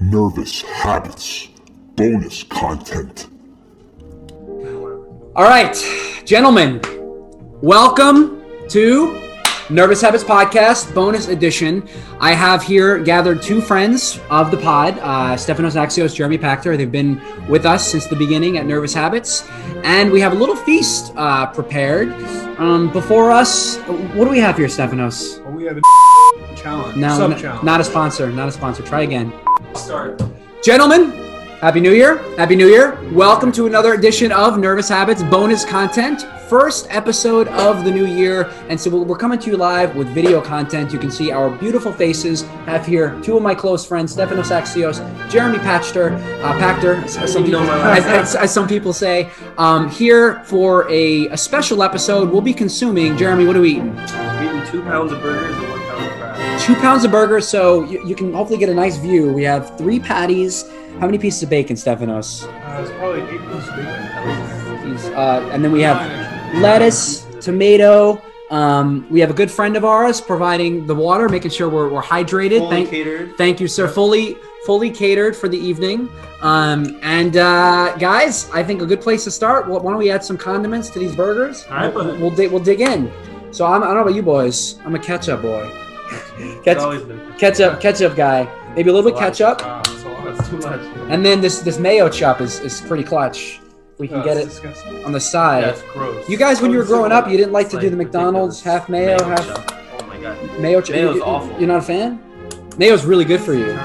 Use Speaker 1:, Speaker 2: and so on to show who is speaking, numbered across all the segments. Speaker 1: nervous habits, bonus content.
Speaker 2: All right, gentlemen, welcome to Nervous Habits Podcast Bonus Edition. I have here gathered two friends of the pod, uh, Stefanos Axios, Jeremy Pachter. They've been with us since the beginning at Nervous Habits, and we have a little feast uh, prepared um, before us. What do we have here, Stefanos?
Speaker 3: Well, we have a challenge.
Speaker 2: No,
Speaker 3: sub
Speaker 2: n-
Speaker 3: challenge.
Speaker 2: not a sponsor. Not a sponsor. Try again.
Speaker 3: start.
Speaker 2: Gentlemen, Happy New Year. Happy New Year. Welcome to another edition of Nervous Habits bonus content. First episode of the new year. And so we're coming to you live with video content. You can see our beautiful faces. I have here two of my close friends, Stefanos Axios, Jeremy Pachter, uh, Pachter, as, as some
Speaker 3: You know
Speaker 2: people,
Speaker 3: my
Speaker 2: as,
Speaker 3: last
Speaker 2: as- as some people say, um, here for a, a special episode. We'll be consuming, Jeremy, what are we eating?
Speaker 3: We're eating two pounds of burgers and one pound of crab.
Speaker 2: Two pounds of burger. So you, you can hopefully get a nice view. We have three patties. How many pieces of bacon, Stefanos?
Speaker 3: Uh, it's probably eight pounds of bacon.
Speaker 2: These, uh, and then we have lettuce, tomato. Um, we have a good friend of ours providing the water, making sure we're, we're hydrated.
Speaker 3: Fully
Speaker 2: Thank,
Speaker 3: catered.
Speaker 2: thank you, sir. Fully, fully catered for the evening. Um, and uh, guys, I think a good place to start. Why don't we add some condiments to these burgers?
Speaker 3: All right, bud.
Speaker 2: We'll dig. We'll dig in. So I'm, I don't know about you boys. I'm a ketchup boy.
Speaker 3: It's
Speaker 2: ketchup,
Speaker 3: always been.
Speaker 2: ketchup, ketchup guy. Maybe a little bit
Speaker 3: It's a
Speaker 2: ketchup,
Speaker 3: lot. Uh, It's a lot. It's too much.
Speaker 2: and then this this mayo chop is is pretty clutch. We can
Speaker 3: Oh,
Speaker 2: get
Speaker 3: it's
Speaker 2: it
Speaker 3: disgusting.
Speaker 2: on the side.
Speaker 3: That's gross.
Speaker 2: You guys, when you were growing up, you didn't like
Speaker 4: It's
Speaker 2: to do the McDonald's
Speaker 4: ridiculous.
Speaker 2: half mayo, half
Speaker 4: chunk. Oh my god.
Speaker 2: mayo. Ch-
Speaker 4: Mayo's
Speaker 2: you-
Speaker 4: awful.
Speaker 2: You're not a fan. Mayo's really good for you.
Speaker 4: You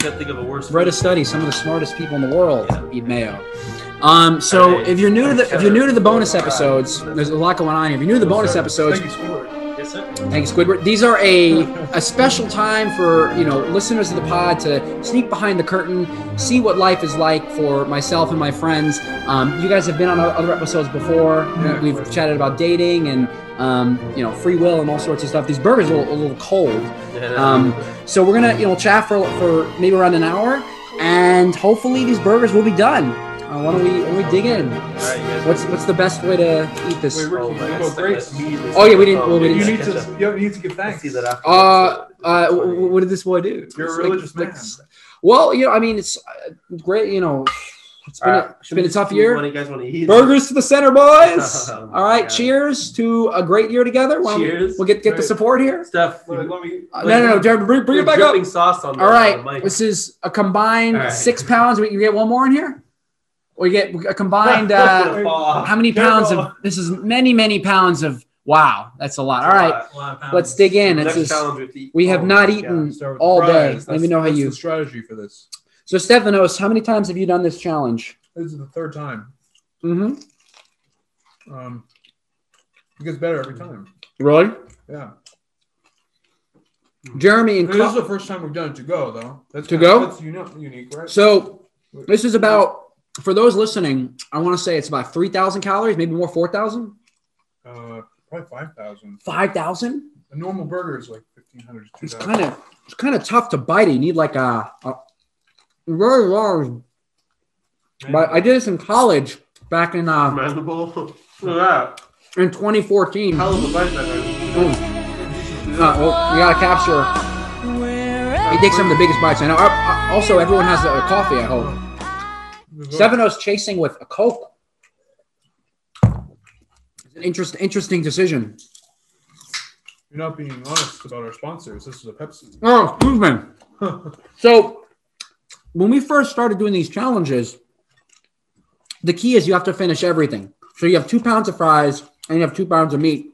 Speaker 4: can't think of a worse.
Speaker 2: Read a
Speaker 4: food.
Speaker 2: study. Some of the smartest people in the world
Speaker 4: Yeah.
Speaker 2: eat mayo. Um, so
Speaker 4: Hey,
Speaker 2: if you're new to the if you're new to the bonus
Speaker 3: Alright.
Speaker 2: episodes, there's a lot going on here. If you're new to the bonus episodes,
Speaker 3: Thank you, Squidward.
Speaker 4: Yes, sir.
Speaker 2: Thanks, Squidward. These are a a special time for you know listeners of the pod to sneak behind the curtain, see what life is like for myself and my friends. Um, you guys have been on o- other episodes before. We-
Speaker 3: Yeah, of
Speaker 2: We've
Speaker 3: course.
Speaker 2: chatted about dating and um, you know free will and all sorts of stuff. These burgers are a little, a little cold, Um, so we're gonna you know chat for for maybe around an hour, and hopefully these burgers will be done. Uh, why don't we why don't we dig in? What's what's the best way to eat this?
Speaker 3: Wait, Ricky, you go grapes.
Speaker 2: Oh, yeah, we didn't- well, we
Speaker 3: You
Speaker 2: didn't-
Speaker 3: need to. You need to give
Speaker 4: I
Speaker 3: thanks.
Speaker 4: see that after.
Speaker 2: Uh, uh, w- w- what did this boy do?
Speaker 3: You're a
Speaker 2: It's
Speaker 3: religious man.
Speaker 2: well, you know, I mean, it's uh, great. You know, it's been, a, it's been a tough year.
Speaker 4: When you guys want to eat.
Speaker 2: Burgers to the center, boys.
Speaker 3: Oh,
Speaker 2: All right,
Speaker 4: Yeah.
Speaker 2: cheers to a great year together. Why don't we-
Speaker 4: Cheers.
Speaker 2: We'll get get the
Speaker 3: Right.
Speaker 2: support here.
Speaker 4: Steph.
Speaker 3: Let me- let me-
Speaker 2: Uh, no, no, no, Jeremy, bring, bring
Speaker 4: you're
Speaker 2: it back up.
Speaker 4: dripping sauce on the,
Speaker 2: All
Speaker 4: on
Speaker 2: right,
Speaker 4: the mic.
Speaker 2: this is a combined
Speaker 4: All right.
Speaker 2: six pounds. We, you get one more in here. We get a combined. Uh,
Speaker 4: Gonna fall off.
Speaker 2: how many pounds of this is many many pounds of wow that's a lot all right
Speaker 3: A lot of pounds.
Speaker 2: let's dig in it's
Speaker 4: Next
Speaker 2: just,
Speaker 4: challenge with the-
Speaker 2: we have
Speaker 4: oh,
Speaker 2: not
Speaker 4: yeah.
Speaker 2: eaten
Speaker 3: Start with
Speaker 2: all
Speaker 3: fries.
Speaker 2: day. Let
Speaker 3: That's-
Speaker 2: me know how
Speaker 3: that's
Speaker 2: you-
Speaker 3: The strategy for this.
Speaker 2: So Stefanos, how many times have you done this challenge?
Speaker 3: This is the third time.
Speaker 2: Mm-hmm.
Speaker 3: Um, it gets better every time.
Speaker 2: Really?
Speaker 3: Yeah.
Speaker 2: Jeremy and
Speaker 3: This is
Speaker 2: Cl-
Speaker 3: the first time we've done it to go though. That's
Speaker 2: To
Speaker 3: kinda-
Speaker 2: go?
Speaker 3: That's uni- unique, right?
Speaker 2: so this is about for those listening. I want to say it's about three thousand calories, maybe more, 4,000?
Speaker 3: Uh, probably five thousand.
Speaker 2: 5,000?
Speaker 3: A normal burger is like fifteen hundred to two
Speaker 2: It's
Speaker 3: thousand.
Speaker 2: kind of it's kind of tough to bite it. You need like a, a very large. But I did this in college back in uh,
Speaker 4: Commendable. Look at
Speaker 2: in 2014. Mm.
Speaker 4: that. Hell of a bite that
Speaker 2: Uh, well, we gotta capture. He takes some of the biggest bites. I know. Uh, uh, also, everyone has a, a coffee. I hope. Sevenos chasing with a Coke. It's an interest, interesting decision.
Speaker 3: You're not being honest about our sponsors. This is a Pepsi.
Speaker 2: Oh, excuse me. So, when we first started doing these challenges, the key is you have to finish everything. So you have two pounds of fries and you have two pounds of meat,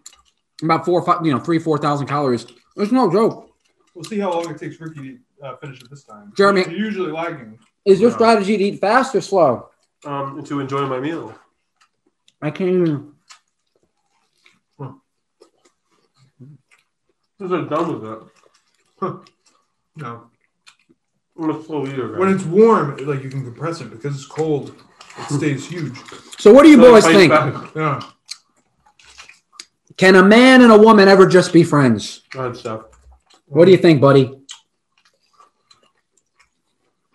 Speaker 2: about four, or five, you know, three, four thousand calories. It's no joke.
Speaker 3: we'll see how long it takes Ricky to uh, finish it this time.
Speaker 2: Jeremy-
Speaker 3: You're usually lagging.
Speaker 2: Is your
Speaker 3: Yeah.
Speaker 2: strategy to eat fast or slow?
Speaker 4: Um, to enjoy my meal.
Speaker 2: I can't even.
Speaker 4: Since I'm done with that,
Speaker 3: No.
Speaker 4: I'm a slow eater. guys.
Speaker 3: When it's warm, it- like you can compress it because it's cold. It stays huge.
Speaker 2: So, what do you
Speaker 4: So it
Speaker 2: boys
Speaker 4: fights
Speaker 2: think?
Speaker 4: back.
Speaker 3: Yeah.
Speaker 2: Can a man and a woman ever just be friends?
Speaker 4: Go ahead, Steph.
Speaker 2: What do you think, buddy?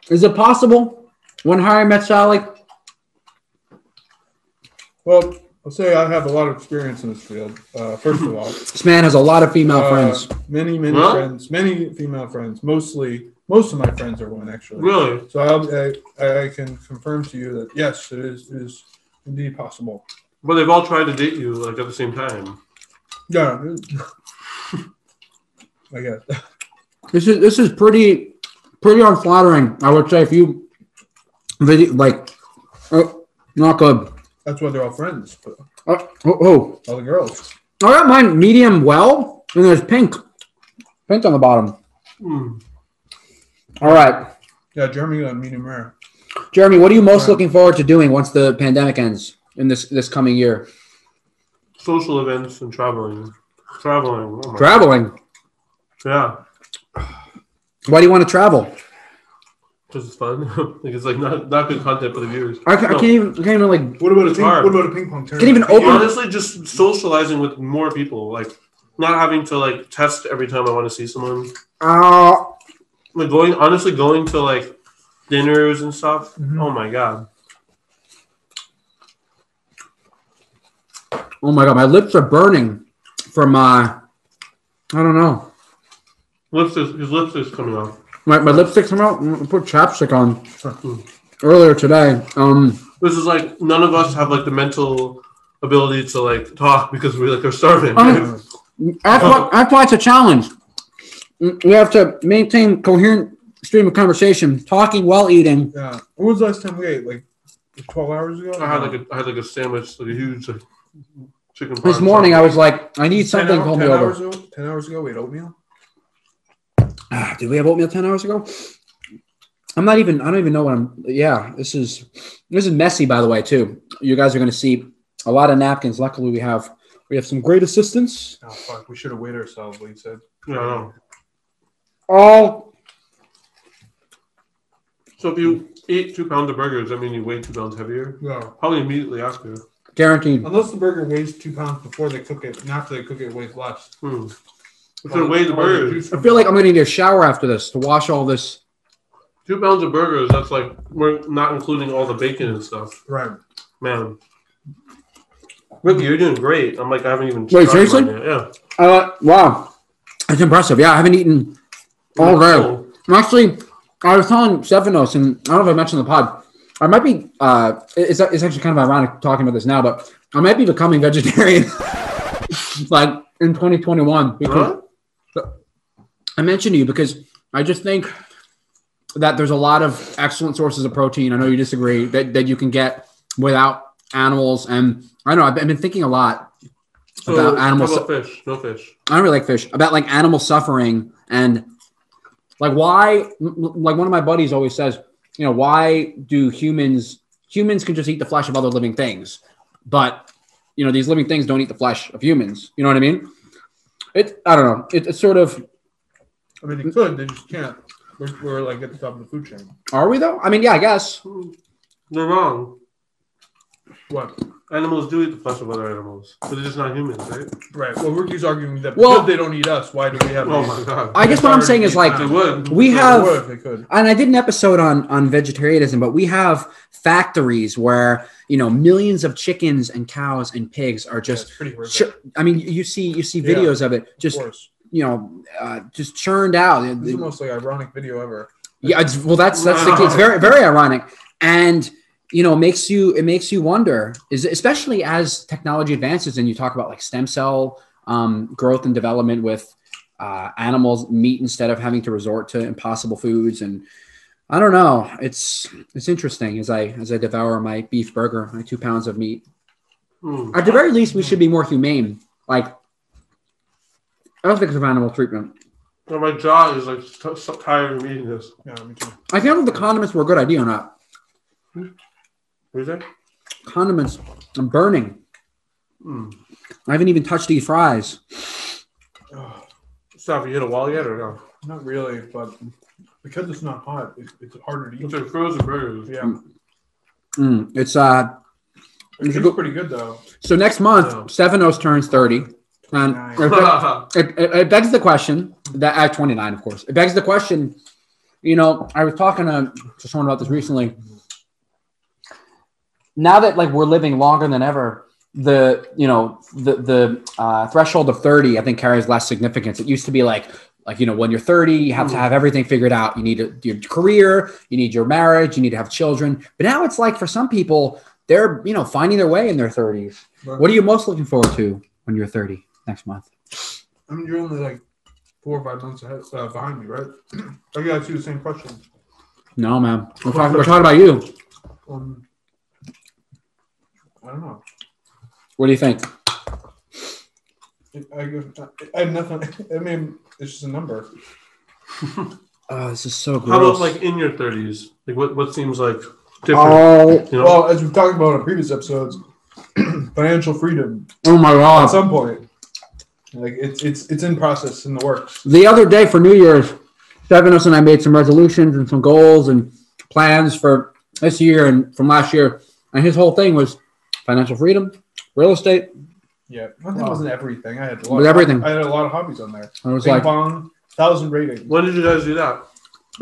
Speaker 2: Is it possible when Harry met Sally?
Speaker 3: Well, I'll say I have a lot of experience in this field. Uh, first of all,
Speaker 2: This man has a lot of female
Speaker 3: Uh,
Speaker 2: friends.
Speaker 3: Many, many
Speaker 4: Huh?
Speaker 3: friends, many female friends, mostly Most of my friends are women, actually.
Speaker 4: Really?
Speaker 3: So I, I, I can confirm to you that yes, it is, it is indeed possible.
Speaker 4: But they've all tried to date you like at the same time.
Speaker 3: Yeah. it- I guess.
Speaker 2: This is this is pretty pretty unflattering. I would say if you video like oh, not good.
Speaker 3: That's why they're all friends, but
Speaker 2: Oh, oh, oh.
Speaker 3: all the girls.
Speaker 2: I got mine medium well, and there's pink, pink on the bottom. Hmm.
Speaker 4: Mm.
Speaker 2: All right,
Speaker 3: Yeah, Germany got medium rare.
Speaker 2: Jeremy, what are you most
Speaker 3: Right.
Speaker 2: looking forward to doing once the pandemic ends in this this coming year?
Speaker 4: Social events and traveling. Traveling. Oh my.
Speaker 2: Traveling.
Speaker 4: yeah.
Speaker 2: Why do you want to travel?
Speaker 4: Because it's fun. like it's like not not good content for the viewers.
Speaker 2: I, ca- I
Speaker 4: No.
Speaker 2: can't even I can't even like
Speaker 3: What about a
Speaker 4: It's
Speaker 3: ping,
Speaker 4: hard.
Speaker 3: what about a ping pong tournament?
Speaker 2: Can't even open-
Speaker 4: honestly just socializing with more people, like not having to like test every time I want to see someone.
Speaker 2: uh,
Speaker 4: Like going honestly going to like dinners and stuff.
Speaker 2: Mm-hmm.
Speaker 3: Mhm.
Speaker 4: Oh my god.
Speaker 2: oh my god, my lips are burning from uh I don't know.
Speaker 4: Lips is his lips is coming off.
Speaker 2: My, my lipstick came out. I put chapstick on
Speaker 4: Hmm.
Speaker 2: earlier today. Um,
Speaker 4: This is like none of us have like the mental ability to like talk because we like are starving.
Speaker 3: Uh,
Speaker 2: Um, that's why, that's why it's a challenge. Mm, We have to maintain coherent stream of conversation, talking while eating.
Speaker 3: Yeah. When was the last time we ate? Like 12 hours ago?
Speaker 4: I had like a I had like a sandwich, like a huge like, chicken.
Speaker 2: This
Speaker 4: parm
Speaker 2: morning, I
Speaker 4: sandwich.
Speaker 2: was like, I need
Speaker 3: 10
Speaker 2: something to
Speaker 3: hour-
Speaker 2: hold me
Speaker 3: 10
Speaker 2: over.
Speaker 3: Hours ago, 10 hours ago, we ate oatmeal?
Speaker 2: Ah, did we have oatmeal ten hours ago? I'm not even. I don't even know what I'm. Yeah, this is this is messy, by the way, too. You guys are going to see a lot of napkins. Luckily, we have we have some great assistance.
Speaker 3: Oh, fuck. We should have weighed ourselves, like you said.
Speaker 4: Yeah, I know.
Speaker 2: All
Speaker 4: So if you eat two pounds of burgers, I mean you weigh two pounds heavier.
Speaker 3: Yeah.
Speaker 4: Probably immediately after.
Speaker 2: guaranteed.
Speaker 3: Unless the burger weighs two pounds before they cook it, and after they cook it, it weighs less.
Speaker 4: Hmm. We should weigh the burgers.
Speaker 2: I feel like I'm going to need a shower after this to wash all this.
Speaker 4: Two pounds of burgers, that's like, we're not including all the bacon and stuff.
Speaker 3: right.
Speaker 4: Man. Ricky, you're doing great. I'm like, I haven't even.
Speaker 2: Wait,
Speaker 4: started
Speaker 2: seriously?
Speaker 4: mine yet. Yeah.
Speaker 2: Uh, wow, it's impressive. Yeah, I haven't eaten all day.
Speaker 4: Oh,
Speaker 2: And Actually, I was telling Stefanos, and I don't know if I mentioned the pod. I might be. Uh, it's it's actually kind of ironic talking about this now, but I might be becoming vegetarian, like in 2021. Because
Speaker 4: Huh?
Speaker 2: I mentioned to you because I just think that there's a lot of excellent sources of protein. I know you disagree that that you can get without animals, and I know I've been I've been thinking a lot
Speaker 4: So,
Speaker 2: about animal
Speaker 4: How about fish? No fish.
Speaker 2: I don't really like fish. About like animal suffering and like why m- m- like one of my buddies always says, you know, why do humans humans can just eat the flesh of other living things, but you know these living things don't eat the flesh of humans. You know what I mean? It I don't know. It, it's sort of
Speaker 3: I mean, you could, they just can't. We're, we're like at the top of the food chain.
Speaker 2: are we though? I mean, yeah, I guess.
Speaker 4: They're wrong.
Speaker 3: What?
Speaker 4: Animals do eat the flesh of other animals, but they're just not humans, right?
Speaker 3: Right. Well, Ricky's arguing that
Speaker 2: Well-
Speaker 3: because they don't eat us, why do we have
Speaker 4: Oh
Speaker 3: these?
Speaker 4: my god.
Speaker 2: I guess what I'm saying is like
Speaker 4: they would.
Speaker 2: we
Speaker 4: They
Speaker 2: have-
Speaker 4: would.
Speaker 3: What if they could?
Speaker 2: and I did an episode on on vegetarianism, but we have factories where you know millions of chickens and cows and pigs are
Speaker 3: Yeah,
Speaker 2: just.
Speaker 3: it's pretty horrific,
Speaker 2: Sure. I mean, you see, you see
Speaker 3: Yeah.
Speaker 2: videos of it
Speaker 3: of
Speaker 2: just
Speaker 3: course.
Speaker 2: you know, uh, just churned out.
Speaker 3: This is the most like ironic video ever.
Speaker 2: yeah, it's, well, that's that's the key. It's very very ironic, and you know, makes you it makes you wonder. Is especially as technology advances, and you talk about like stem cell um, growth and development with uh, animals meat instead of having to resort to impossible foods and. I don't know. It's it's interesting as I as I devour my beef burger, my two pounds of meat.
Speaker 4: Hmm.
Speaker 2: At the very least, we should be more humane. Like, I don't think it's of animal treatment.
Speaker 4: Oh, my jaw is like so, so tired of eating this.
Speaker 3: Yeah, me too.
Speaker 2: I can't remember if the condiments were a good idea or not.
Speaker 4: What do you say?
Speaker 2: Condiments, I'm burning.
Speaker 4: Hmm.
Speaker 2: I haven't even touched these fries.
Speaker 3: Ugh,
Speaker 4: Stop, you hit a wall yet or no?
Speaker 3: not really, but because it's not hot, it, it's harder to
Speaker 4: It's
Speaker 3: eat.
Speaker 4: like frozen burgers.
Speaker 3: Yeah.
Speaker 2: Mm, it's uh.
Speaker 3: It's
Speaker 2: go-
Speaker 3: pretty good, though.
Speaker 2: So next month,
Speaker 4: Oh.
Speaker 2: Stefanos turns thirty, and
Speaker 3: Nice.
Speaker 2: it, it- it- it begs the question that at twenty nine, of course, it begs the question. You know, I was talking to, to someone about this recently. Now that like we're living longer than ever, the you know the the uh, threshold of thirty, I think, carries less significance. It used to be like Like you know, when you're 30, you have to have everything figured out. You need a, your career, you need your marriage, you need to have children. But now it's like for some people, they're you know finding their way in their 30s.
Speaker 3: But,
Speaker 2: What are you most looking forward to when you're 30 next month?
Speaker 3: I mean, you're only like four or five months ahead, uh, behind me, right? I got you the same question.
Speaker 2: No, man, we're talking, we're talking about you.
Speaker 3: Um, I don't know.
Speaker 2: What do you think?
Speaker 3: I, uh, I, I have nothing. I mean, it's just a number.
Speaker 2: Oh, this is so
Speaker 4: How about
Speaker 2: gross.
Speaker 4: like in your 30s? Like what, what seems like different?
Speaker 2: oh,
Speaker 4: you know?
Speaker 3: Well, as we've talked about in previous episodes, financial freedom
Speaker 2: oh my
Speaker 3: at
Speaker 2: god!
Speaker 3: some point, like it's it's it's in process in the works.
Speaker 2: the other day for New Year's, Stefanos and I made some resolutions and some goals and plans for this year and from last year. And his whole thing was financial freedom, real estate.
Speaker 3: Yeah, one thing
Speaker 2: Wow.
Speaker 3: wasn't everything. I had
Speaker 2: It
Speaker 3: a
Speaker 2: was
Speaker 3: lot.
Speaker 2: everything.
Speaker 3: I had a lot of hobbies on there.
Speaker 2: I was
Speaker 3: Ping
Speaker 2: like,
Speaker 3: pong, thousand rating.
Speaker 4: when did you guys do that?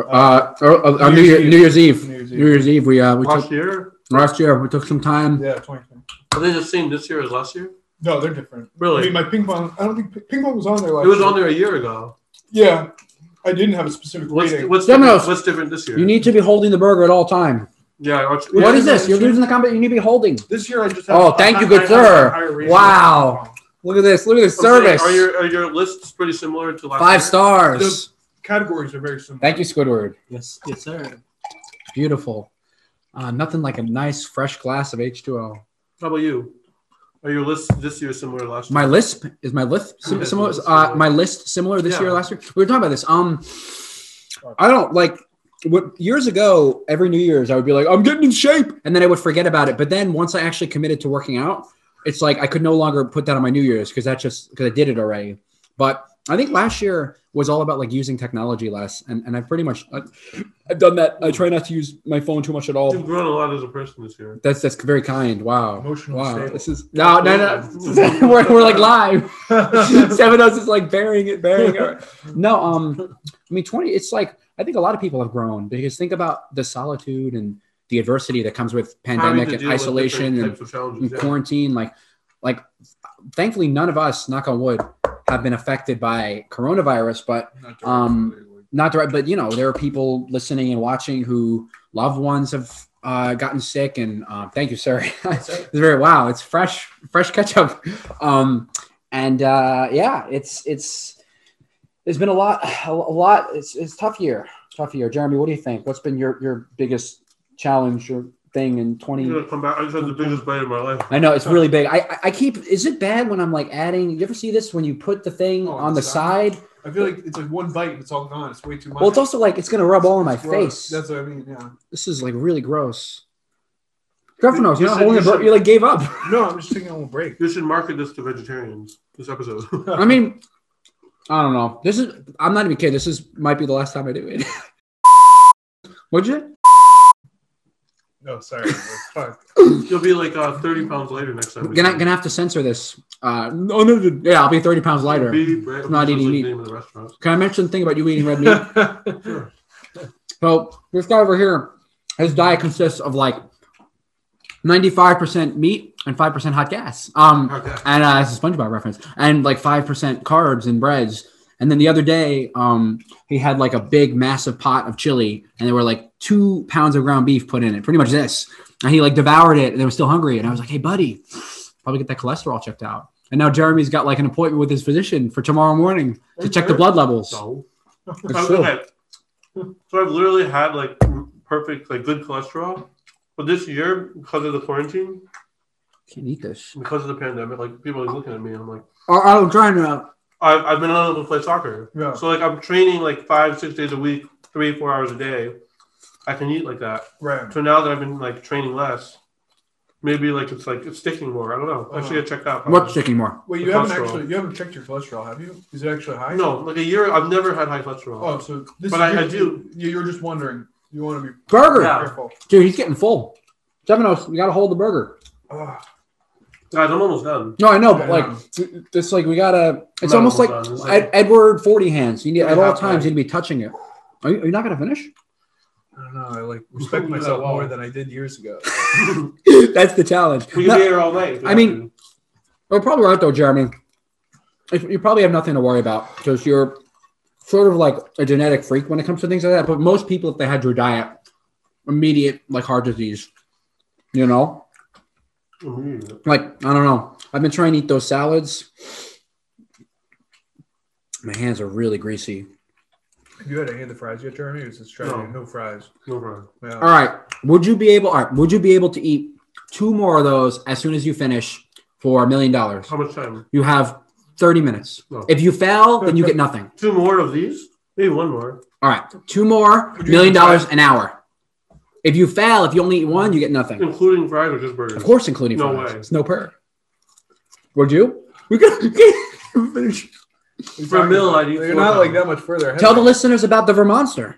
Speaker 2: uh, or- or- on
Speaker 3: New
Speaker 2: New, Year,
Speaker 3: Year's
Speaker 2: New Year's Eve.
Speaker 3: New Year's Eve.
Speaker 2: New Year's Eve, we uh, we
Speaker 4: Last
Speaker 2: took
Speaker 4: year?
Speaker 2: last year we took some time.
Speaker 3: Yeah, twenty twenty.
Speaker 4: Are they the same this year as last year?
Speaker 3: No, they're different. I
Speaker 4: Really?
Speaker 3: mean, my ping pong. I don't think pi- ping pong was on there. Last
Speaker 4: it was
Speaker 3: year.
Speaker 4: on there a year ago.
Speaker 3: Yeah, I didn't have a specific
Speaker 4: What's
Speaker 3: rating.
Speaker 4: what's
Speaker 2: Domino's.
Speaker 4: different, what's different this year?
Speaker 2: You need to be holding the burger at all time.
Speaker 4: yeah, I watched-
Speaker 2: What is this? You're losing the combat. You need to be holding.
Speaker 3: this year, I just. Had
Speaker 2: Oh, thank you, good sir. Wow. Look at this. Look at this
Speaker 4: I'm saying,
Speaker 2: service.
Speaker 4: Are your are your lists pretty similar to last
Speaker 2: Five
Speaker 4: year?
Speaker 2: stars.
Speaker 3: Categories are very similar.
Speaker 2: Thank you, Squidward.
Speaker 4: Yes, yes, sir.
Speaker 2: Beautiful. Uh, nothing like a nice fresh glass of H2O.
Speaker 4: How about you? Are your lists this year similar to last year?
Speaker 2: My lisp is my lisp sim-
Speaker 4: Yeah,
Speaker 2: similar.
Speaker 4: it's a little
Speaker 2: Uh, my list similar this
Speaker 4: Yeah.
Speaker 2: year, last year. We were talking about this. Um, I don't like what years ago. Every New Year's, I would be like, "I'm getting in shape," and then I would forget about it. But then once I actually committed to working out, it's like I could no longer put that on my New Year's because that just because I did it already. But I think last year was all about like using technology less, and and I've pretty much I've, I've done that. I try not to use my phone too much at all.
Speaker 4: You've grown a lot as a person this year.
Speaker 2: That's that's very kind. Wow.
Speaker 3: Emotional
Speaker 2: Wow.
Speaker 3: stable.
Speaker 2: This is no no no. we're, we're like live. Seven O's is like burying it, burying it. No, um, I mean twenty. It's like I think a lot of people have grown because think about the solitude and the adversity that comes with
Speaker 4: Having
Speaker 2: pandemic
Speaker 4: to
Speaker 2: and
Speaker 4: deal with
Speaker 2: isolation
Speaker 4: different
Speaker 2: and,
Speaker 4: types of
Speaker 2: and
Speaker 4: challenges, yeah.
Speaker 2: quarantine. Like, like, thankfully, none of us, knock on wood, have been affected by coronavirus, but
Speaker 3: Not
Speaker 2: Um,
Speaker 3: directly.
Speaker 2: not direct, but you know, there are people listening and watching who loved ones have uh, gotten sick. And uh, thank you, sir. it's very wow. It's fresh, fresh ketchup. Um, and uh, yeah, it's it's there's been a lot, a lot. It's it's a tough year, tough year. Jeremy, what do you think? What's been your your biggest challenge, your thing in
Speaker 4: I'm
Speaker 2: 20-
Speaker 4: gonna come back. I just had the biggest bite of my life.
Speaker 2: I know it's really big. I I- I keep. Is it bad when I'm like adding? You ever see this when you put the thing
Speaker 3: Oh,
Speaker 2: on the side?
Speaker 3: I feel like it's like one bite and it's all gone. It's way too much.
Speaker 2: Well, it's also like it's gonna rub all in my
Speaker 3: It's gross.
Speaker 2: face.
Speaker 3: That's what I mean. Yeah.
Speaker 2: This is like really gross. Gruffino's,
Speaker 4: You
Speaker 2: you're not
Speaker 4: said-
Speaker 2: holding
Speaker 4: you
Speaker 2: the boat.
Speaker 4: said-
Speaker 2: You like gave up.
Speaker 3: No, I'm just taking a little break.
Speaker 4: You should market this to vegetarians. This episode.
Speaker 2: I mean, I don't know. This is. I'm not even kidding. This is might be the last time I do it. Would you?
Speaker 3: No, sorry. It's fine.
Speaker 4: You'll be like uh, 30 pounds lighter next time. we
Speaker 2: Gonna
Speaker 4: see.
Speaker 2: gonna have to censor this. Uh, no, no, no, yeah, I'll be 30 pounds lighter.
Speaker 4: Be brave.
Speaker 2: Not
Speaker 4: That's
Speaker 2: eating
Speaker 4: the
Speaker 2: meat.
Speaker 4: Name of the restaurant.
Speaker 2: Can I mention the thing about you eating red meat? So this guy over here, his diet consists of like 95% meat and 5% hot gas. Um,
Speaker 4: Okay.
Speaker 2: and uh, it's a SpongeBob reference, and like five percent carbs and breads. And then the other day, um, he had like a big, massive pot of chili, and there were like two pounds of ground beef put in it, pretty much this. And he like devoured it, and they was still hungry. And I was like, "Hey, buddy, probably get that cholesterol checked out." And now Jeremy's got like an appointment with his physician for tomorrow morning to check the blood levels.
Speaker 4: So,
Speaker 2: It's true.
Speaker 4: okay. so I've literally had like perfect, like good cholesterol, but this year because of the quarantine,
Speaker 2: Can't eat this.
Speaker 4: because of the pandemic, like people are looking at me. I'm like,
Speaker 2: Or I'm trying to.
Speaker 4: I've, I've been unable to play soccer.
Speaker 3: Yeah.
Speaker 4: So like I'm training like five, six days a week, three, four hours a day. I can eat like that.
Speaker 3: Right.
Speaker 4: So now that I've been like training less, maybe like it's like it's sticking more. I don't know. I should get checked out.
Speaker 2: What's sticking more?
Speaker 3: Wait, you
Speaker 4: The
Speaker 3: haven't
Speaker 4: cholesterol.
Speaker 3: actually you haven't checked your cholesterol, have you? Is it actually high?
Speaker 4: No, like a year. I've never had high cholesterol.
Speaker 3: Oh, so this.
Speaker 4: But I- I
Speaker 3: you-
Speaker 4: do.
Speaker 3: You, you're just wondering. You want to be
Speaker 2: Burger,
Speaker 4: Yeah.
Speaker 3: careful.
Speaker 2: dude. He's getting full. Sevenos, we gotta hold the burger.
Speaker 4: Ah.
Speaker 3: Ugh.
Speaker 4: Guys, I'm almost done.
Speaker 2: No, I know, but
Speaker 3: I
Speaker 2: like,
Speaker 3: know.
Speaker 2: th- it's like we gotta. It's
Speaker 4: Not
Speaker 2: almost like
Speaker 4: almost done.
Speaker 2: Ed, Edward Forty Hands. You need
Speaker 4: Yeah,
Speaker 2: at all
Speaker 4: halfway.
Speaker 2: times. You need to be touching it. Are you, are you not gonna finish?
Speaker 3: I don't know. I like respect
Speaker 4: Ooh,
Speaker 3: myself
Speaker 4: yeah, wow.
Speaker 3: more than I did years ago.
Speaker 2: That's the challenge.
Speaker 4: We can
Speaker 2: No,
Speaker 4: be here all night. if we
Speaker 2: I
Speaker 4: have
Speaker 2: mean-
Speaker 4: to.
Speaker 2: you're probably right though, Jeremy. If, you probably have nothing to worry about because you're sort of like a genetic freak when it comes to things like that. But most people, if they had your diet, immediate like heart disease. You know,
Speaker 4: Mm.
Speaker 2: like I don't know. I've been trying to eat those salads. My hands are really greasy.
Speaker 3: You had any of the fries yet, Jeremy? Or is this Jeremy?
Speaker 4: No.
Speaker 3: No. fries.
Speaker 4: No problem.
Speaker 3: Yeah.
Speaker 2: All right. Would you be able? All right. Would you be able to eat two more of those as soon as you finish for a million dollars?
Speaker 4: How much time?
Speaker 2: You have thirty minutes.
Speaker 4: No.
Speaker 2: If you fail, then you get nothing.
Speaker 4: Two more of these? Maybe one more.
Speaker 2: All right. Two more
Speaker 3: Would you
Speaker 2: million
Speaker 3: eat
Speaker 2: dollars an hour. If you fail, if you only eat one, you get nothing.
Speaker 4: Including fries or just burgers?
Speaker 2: Of course, including
Speaker 4: No
Speaker 2: fries.
Speaker 4: way.
Speaker 2: It's no prayer. Would you? We could finish.
Speaker 3: We're
Speaker 4: For a
Speaker 3: talking
Speaker 4: meal,
Speaker 3: about-
Speaker 4: I'd eat
Speaker 3: You're
Speaker 4: four
Speaker 3: not like
Speaker 4: times.
Speaker 3: that much further. ahead.
Speaker 2: Tell the listeners about the Vermonster.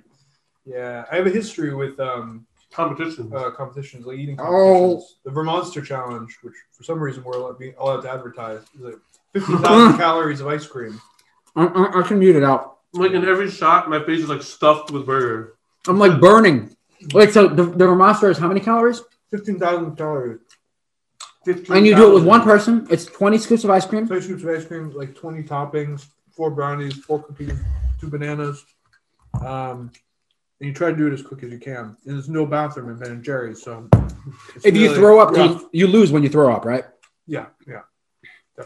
Speaker 3: Yeah, I have a history with um,
Speaker 4: Competition.
Speaker 3: uh, competitions, like eating
Speaker 2: Oh.
Speaker 3: competitions. The Vermonster Challenge, which for some reason we're allowed, being allowed to advertise, is like 15,000 calories of ice cream.
Speaker 2: I, I, I can mute it out.
Speaker 4: like in every shot, my face is like stuffed with burger.
Speaker 2: I'm like burning. Wait, so the, the Vermonster is how many calories?
Speaker 3: 15,000 calories.
Speaker 4: 15
Speaker 2: And you do it with
Speaker 4: thousand.
Speaker 2: one person. It's 20 scoops of ice cream.
Speaker 3: Three scoops of ice cream, like 20 toppings, four brownies, four cookies, two bananas. Um, and you try to do it as quick as you can. And there's no bathroom in Ben and Jerry's, so. it's
Speaker 2: If you
Speaker 3: really
Speaker 2: throw up,
Speaker 3: rough.
Speaker 2: you, you lose when you throw up, right?
Speaker 3: Yeah, yeah.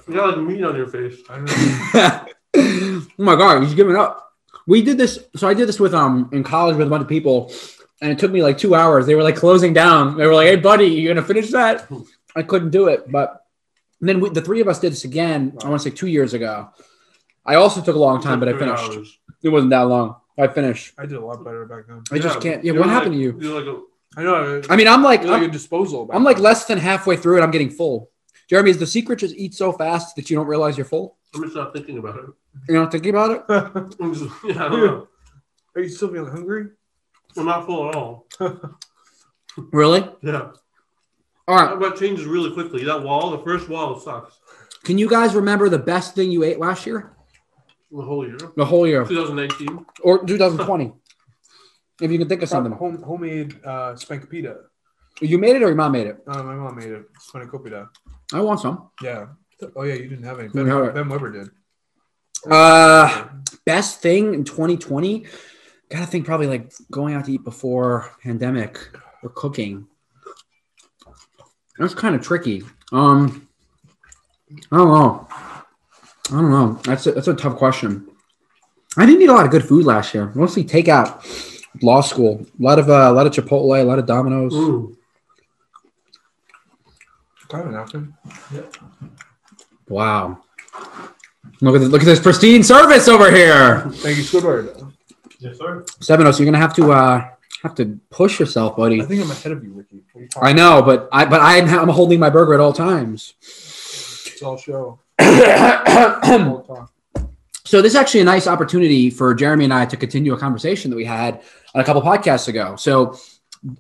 Speaker 4: You got like meat on your face.
Speaker 3: I don't
Speaker 2: oh
Speaker 3: know.
Speaker 2: my god, he's giving up. We did this. So I did this with um in college with a bunch of people, and it took me like two hours. They were like closing down. They were like, "Hey, buddy, you gonna finish that?" I couldn't do it, but and then we, the three of us did this again. I want to say two years ago. I also took a long time, but I
Speaker 4: Three
Speaker 2: finished.
Speaker 4: hours.
Speaker 2: It wasn't that long. I finished.
Speaker 3: I did a lot better back then.
Speaker 2: I just
Speaker 4: Yeah,
Speaker 2: can't. Yeah,
Speaker 4: you're
Speaker 2: what
Speaker 4: like-
Speaker 2: happened to you?
Speaker 4: You're like a,
Speaker 3: I know. I,
Speaker 2: I mean, I'm like
Speaker 3: you're like a
Speaker 2: I'm,
Speaker 3: disposal. back
Speaker 2: I'm like
Speaker 3: then.
Speaker 2: less than halfway through, and I'm getting full. Jeremy, is the secret just eat so fast that you don't realize you're full?
Speaker 4: I'm just not thinking about it.
Speaker 2: You're not thinking about it.
Speaker 3: Are
Speaker 4: I'm just, yeah, I don't know.
Speaker 3: you still feeling hungry?
Speaker 4: I'm not full at all.
Speaker 2: Really?
Speaker 4: Yeah.
Speaker 2: All right.
Speaker 4: That changes really quickly. That wall, the first wall sucks.
Speaker 2: Can you guys remember the best thing you ate last year?
Speaker 4: The whole year.
Speaker 2: The whole year
Speaker 4: 2019.
Speaker 2: or 2020? if you can think of something.
Speaker 3: Home, homemade uh, spankapita.
Speaker 2: You made it or your mom made it?
Speaker 3: Uh, my mom made it. Spanakopita.
Speaker 2: I want some.
Speaker 3: Yeah. Oh yeah, you didn't have any.
Speaker 2: Didn't
Speaker 3: Ben,
Speaker 2: have it.
Speaker 3: ben Weber did.
Speaker 2: Uh, best thing in 2020? Gotta think probably like going out to eat before pandemic or cooking. That's kind of tricky. Um, I don't know. I don't know. That's a, that's a tough question. I didn't eat a lot of good food last year. Mostly takeout. Law school. A lot of uh, a lot of Chipotle. A lot of Domino's.
Speaker 4: Mm.
Speaker 3: Kind of napkin.
Speaker 2: Wow. Look at this, look at this pristine service over here.
Speaker 3: Thank you, Squidward.
Speaker 4: Yes, sir.
Speaker 2: Seven oh, so you're gonna have to uh have to push yourself,
Speaker 3: I
Speaker 2: buddy.
Speaker 3: think I'm ahead of you, Ricky. What are you talking
Speaker 2: I know, but I but I am, I'm holding my burger at all times.
Speaker 3: about? It's all show.
Speaker 2: so
Speaker 3: all talk.
Speaker 2: this is actually a nice opportunity for Jeremy and I to continue a conversation that we had a couple podcasts ago. So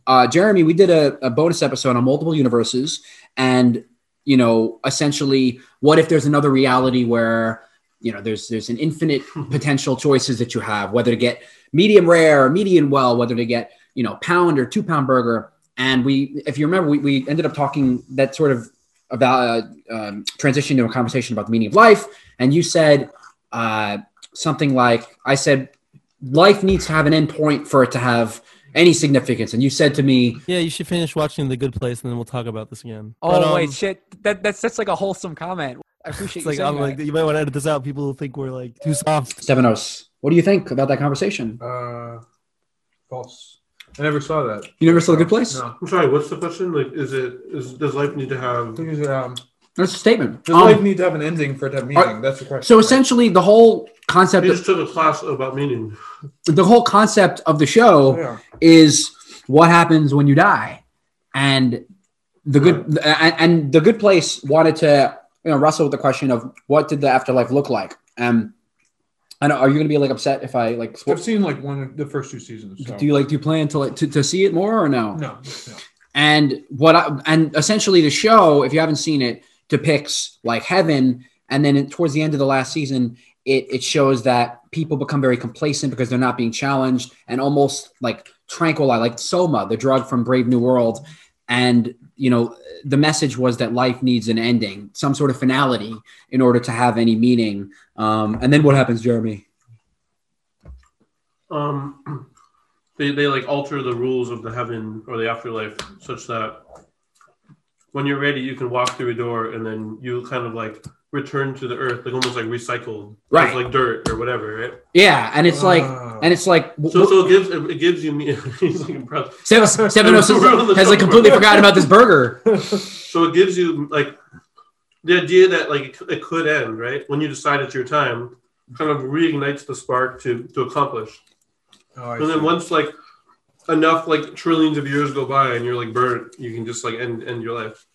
Speaker 2: uh, Jeremy, we did a, a bonus episode on multiple universes, and you know, essentially, what if there's another reality where you know there's there's an infinite potential choices that you have, whether to get medium rare or medium well, whether to get you know pound or two pound burger. And we, if you remember, we, we ended up talking that sort of about uh, um, transition to a conversation about the meaning of life. And you said uh, something like, I said, life needs to have an end point for it to have any significance. And you said to me,
Speaker 5: Yeah, you should finish watching The Good Place, and then we'll talk about this again.
Speaker 2: Oh
Speaker 5: But, um,
Speaker 2: wait, shit! That that's that's like a wholesome comment. I appreciate
Speaker 5: It's
Speaker 2: you
Speaker 5: like,
Speaker 2: saying
Speaker 5: I'm like, you might want to edit this out. People will think we're like too soft.
Speaker 2: Seven O's. What do you think about that conversation?
Speaker 3: Uh, false. I never saw that.
Speaker 2: You never saw the good place.
Speaker 3: No.
Speaker 4: I'm sorry. What's the question? Like, is it is does life need to
Speaker 3: I
Speaker 4: have?
Speaker 3: think it's, um,
Speaker 2: That's a statement.
Speaker 3: does
Speaker 2: Um,
Speaker 3: life need to have an ending for it to have meaning? That's the question.
Speaker 2: so essentially, the whole concept,
Speaker 4: You just took a class about meaning.
Speaker 2: the whole concept of the show
Speaker 3: Yeah.
Speaker 2: is what happens when you die, and the good and, and the good place wanted to you know wrestle with the question of what did the afterlife look like. Um, I know. Are you going to be like upset if I like?
Speaker 3: I've seen like one of the first two seasons. So.
Speaker 2: Do you like? Do you plan to like to, to see it more or no?
Speaker 3: No. no.
Speaker 2: and what I, and essentially the show if you haven't seen it depicts like heaven and then it, towards the end of the last season it, it shows that people become very complacent because they're not being challenged and almost like tranquilized like soma the drug from brave new world and you know the message was that life needs an ending some sort of finality in order to have any meaning um, and then what happens jeremy
Speaker 4: um, they they like alter the rules of the heaven or the afterlife such that when you're ready, you can walk through a door and then you kind of like return to the earth, like almost like recycled,
Speaker 2: Right.
Speaker 4: like dirt or whatever, right?
Speaker 2: Yeah, and it's like,
Speaker 3: Uh, Oh,
Speaker 2: and it's like,
Speaker 4: So so it gives it gives you me. he's like impressed.
Speaker 2: Seven, Sevenos
Speaker 4: We're on the
Speaker 2: has, has like
Speaker 4: show.
Speaker 2: completely forgotten about this burger.
Speaker 4: So it gives you like the idea that like it c- it could end, right? When you decide it's your time, kind of reignites the spark to to accomplish.
Speaker 3: Oh, I
Speaker 4: And then
Speaker 3: see.
Speaker 4: once like enough like trillions of years go by and you're like burnt, you can just like end end your life.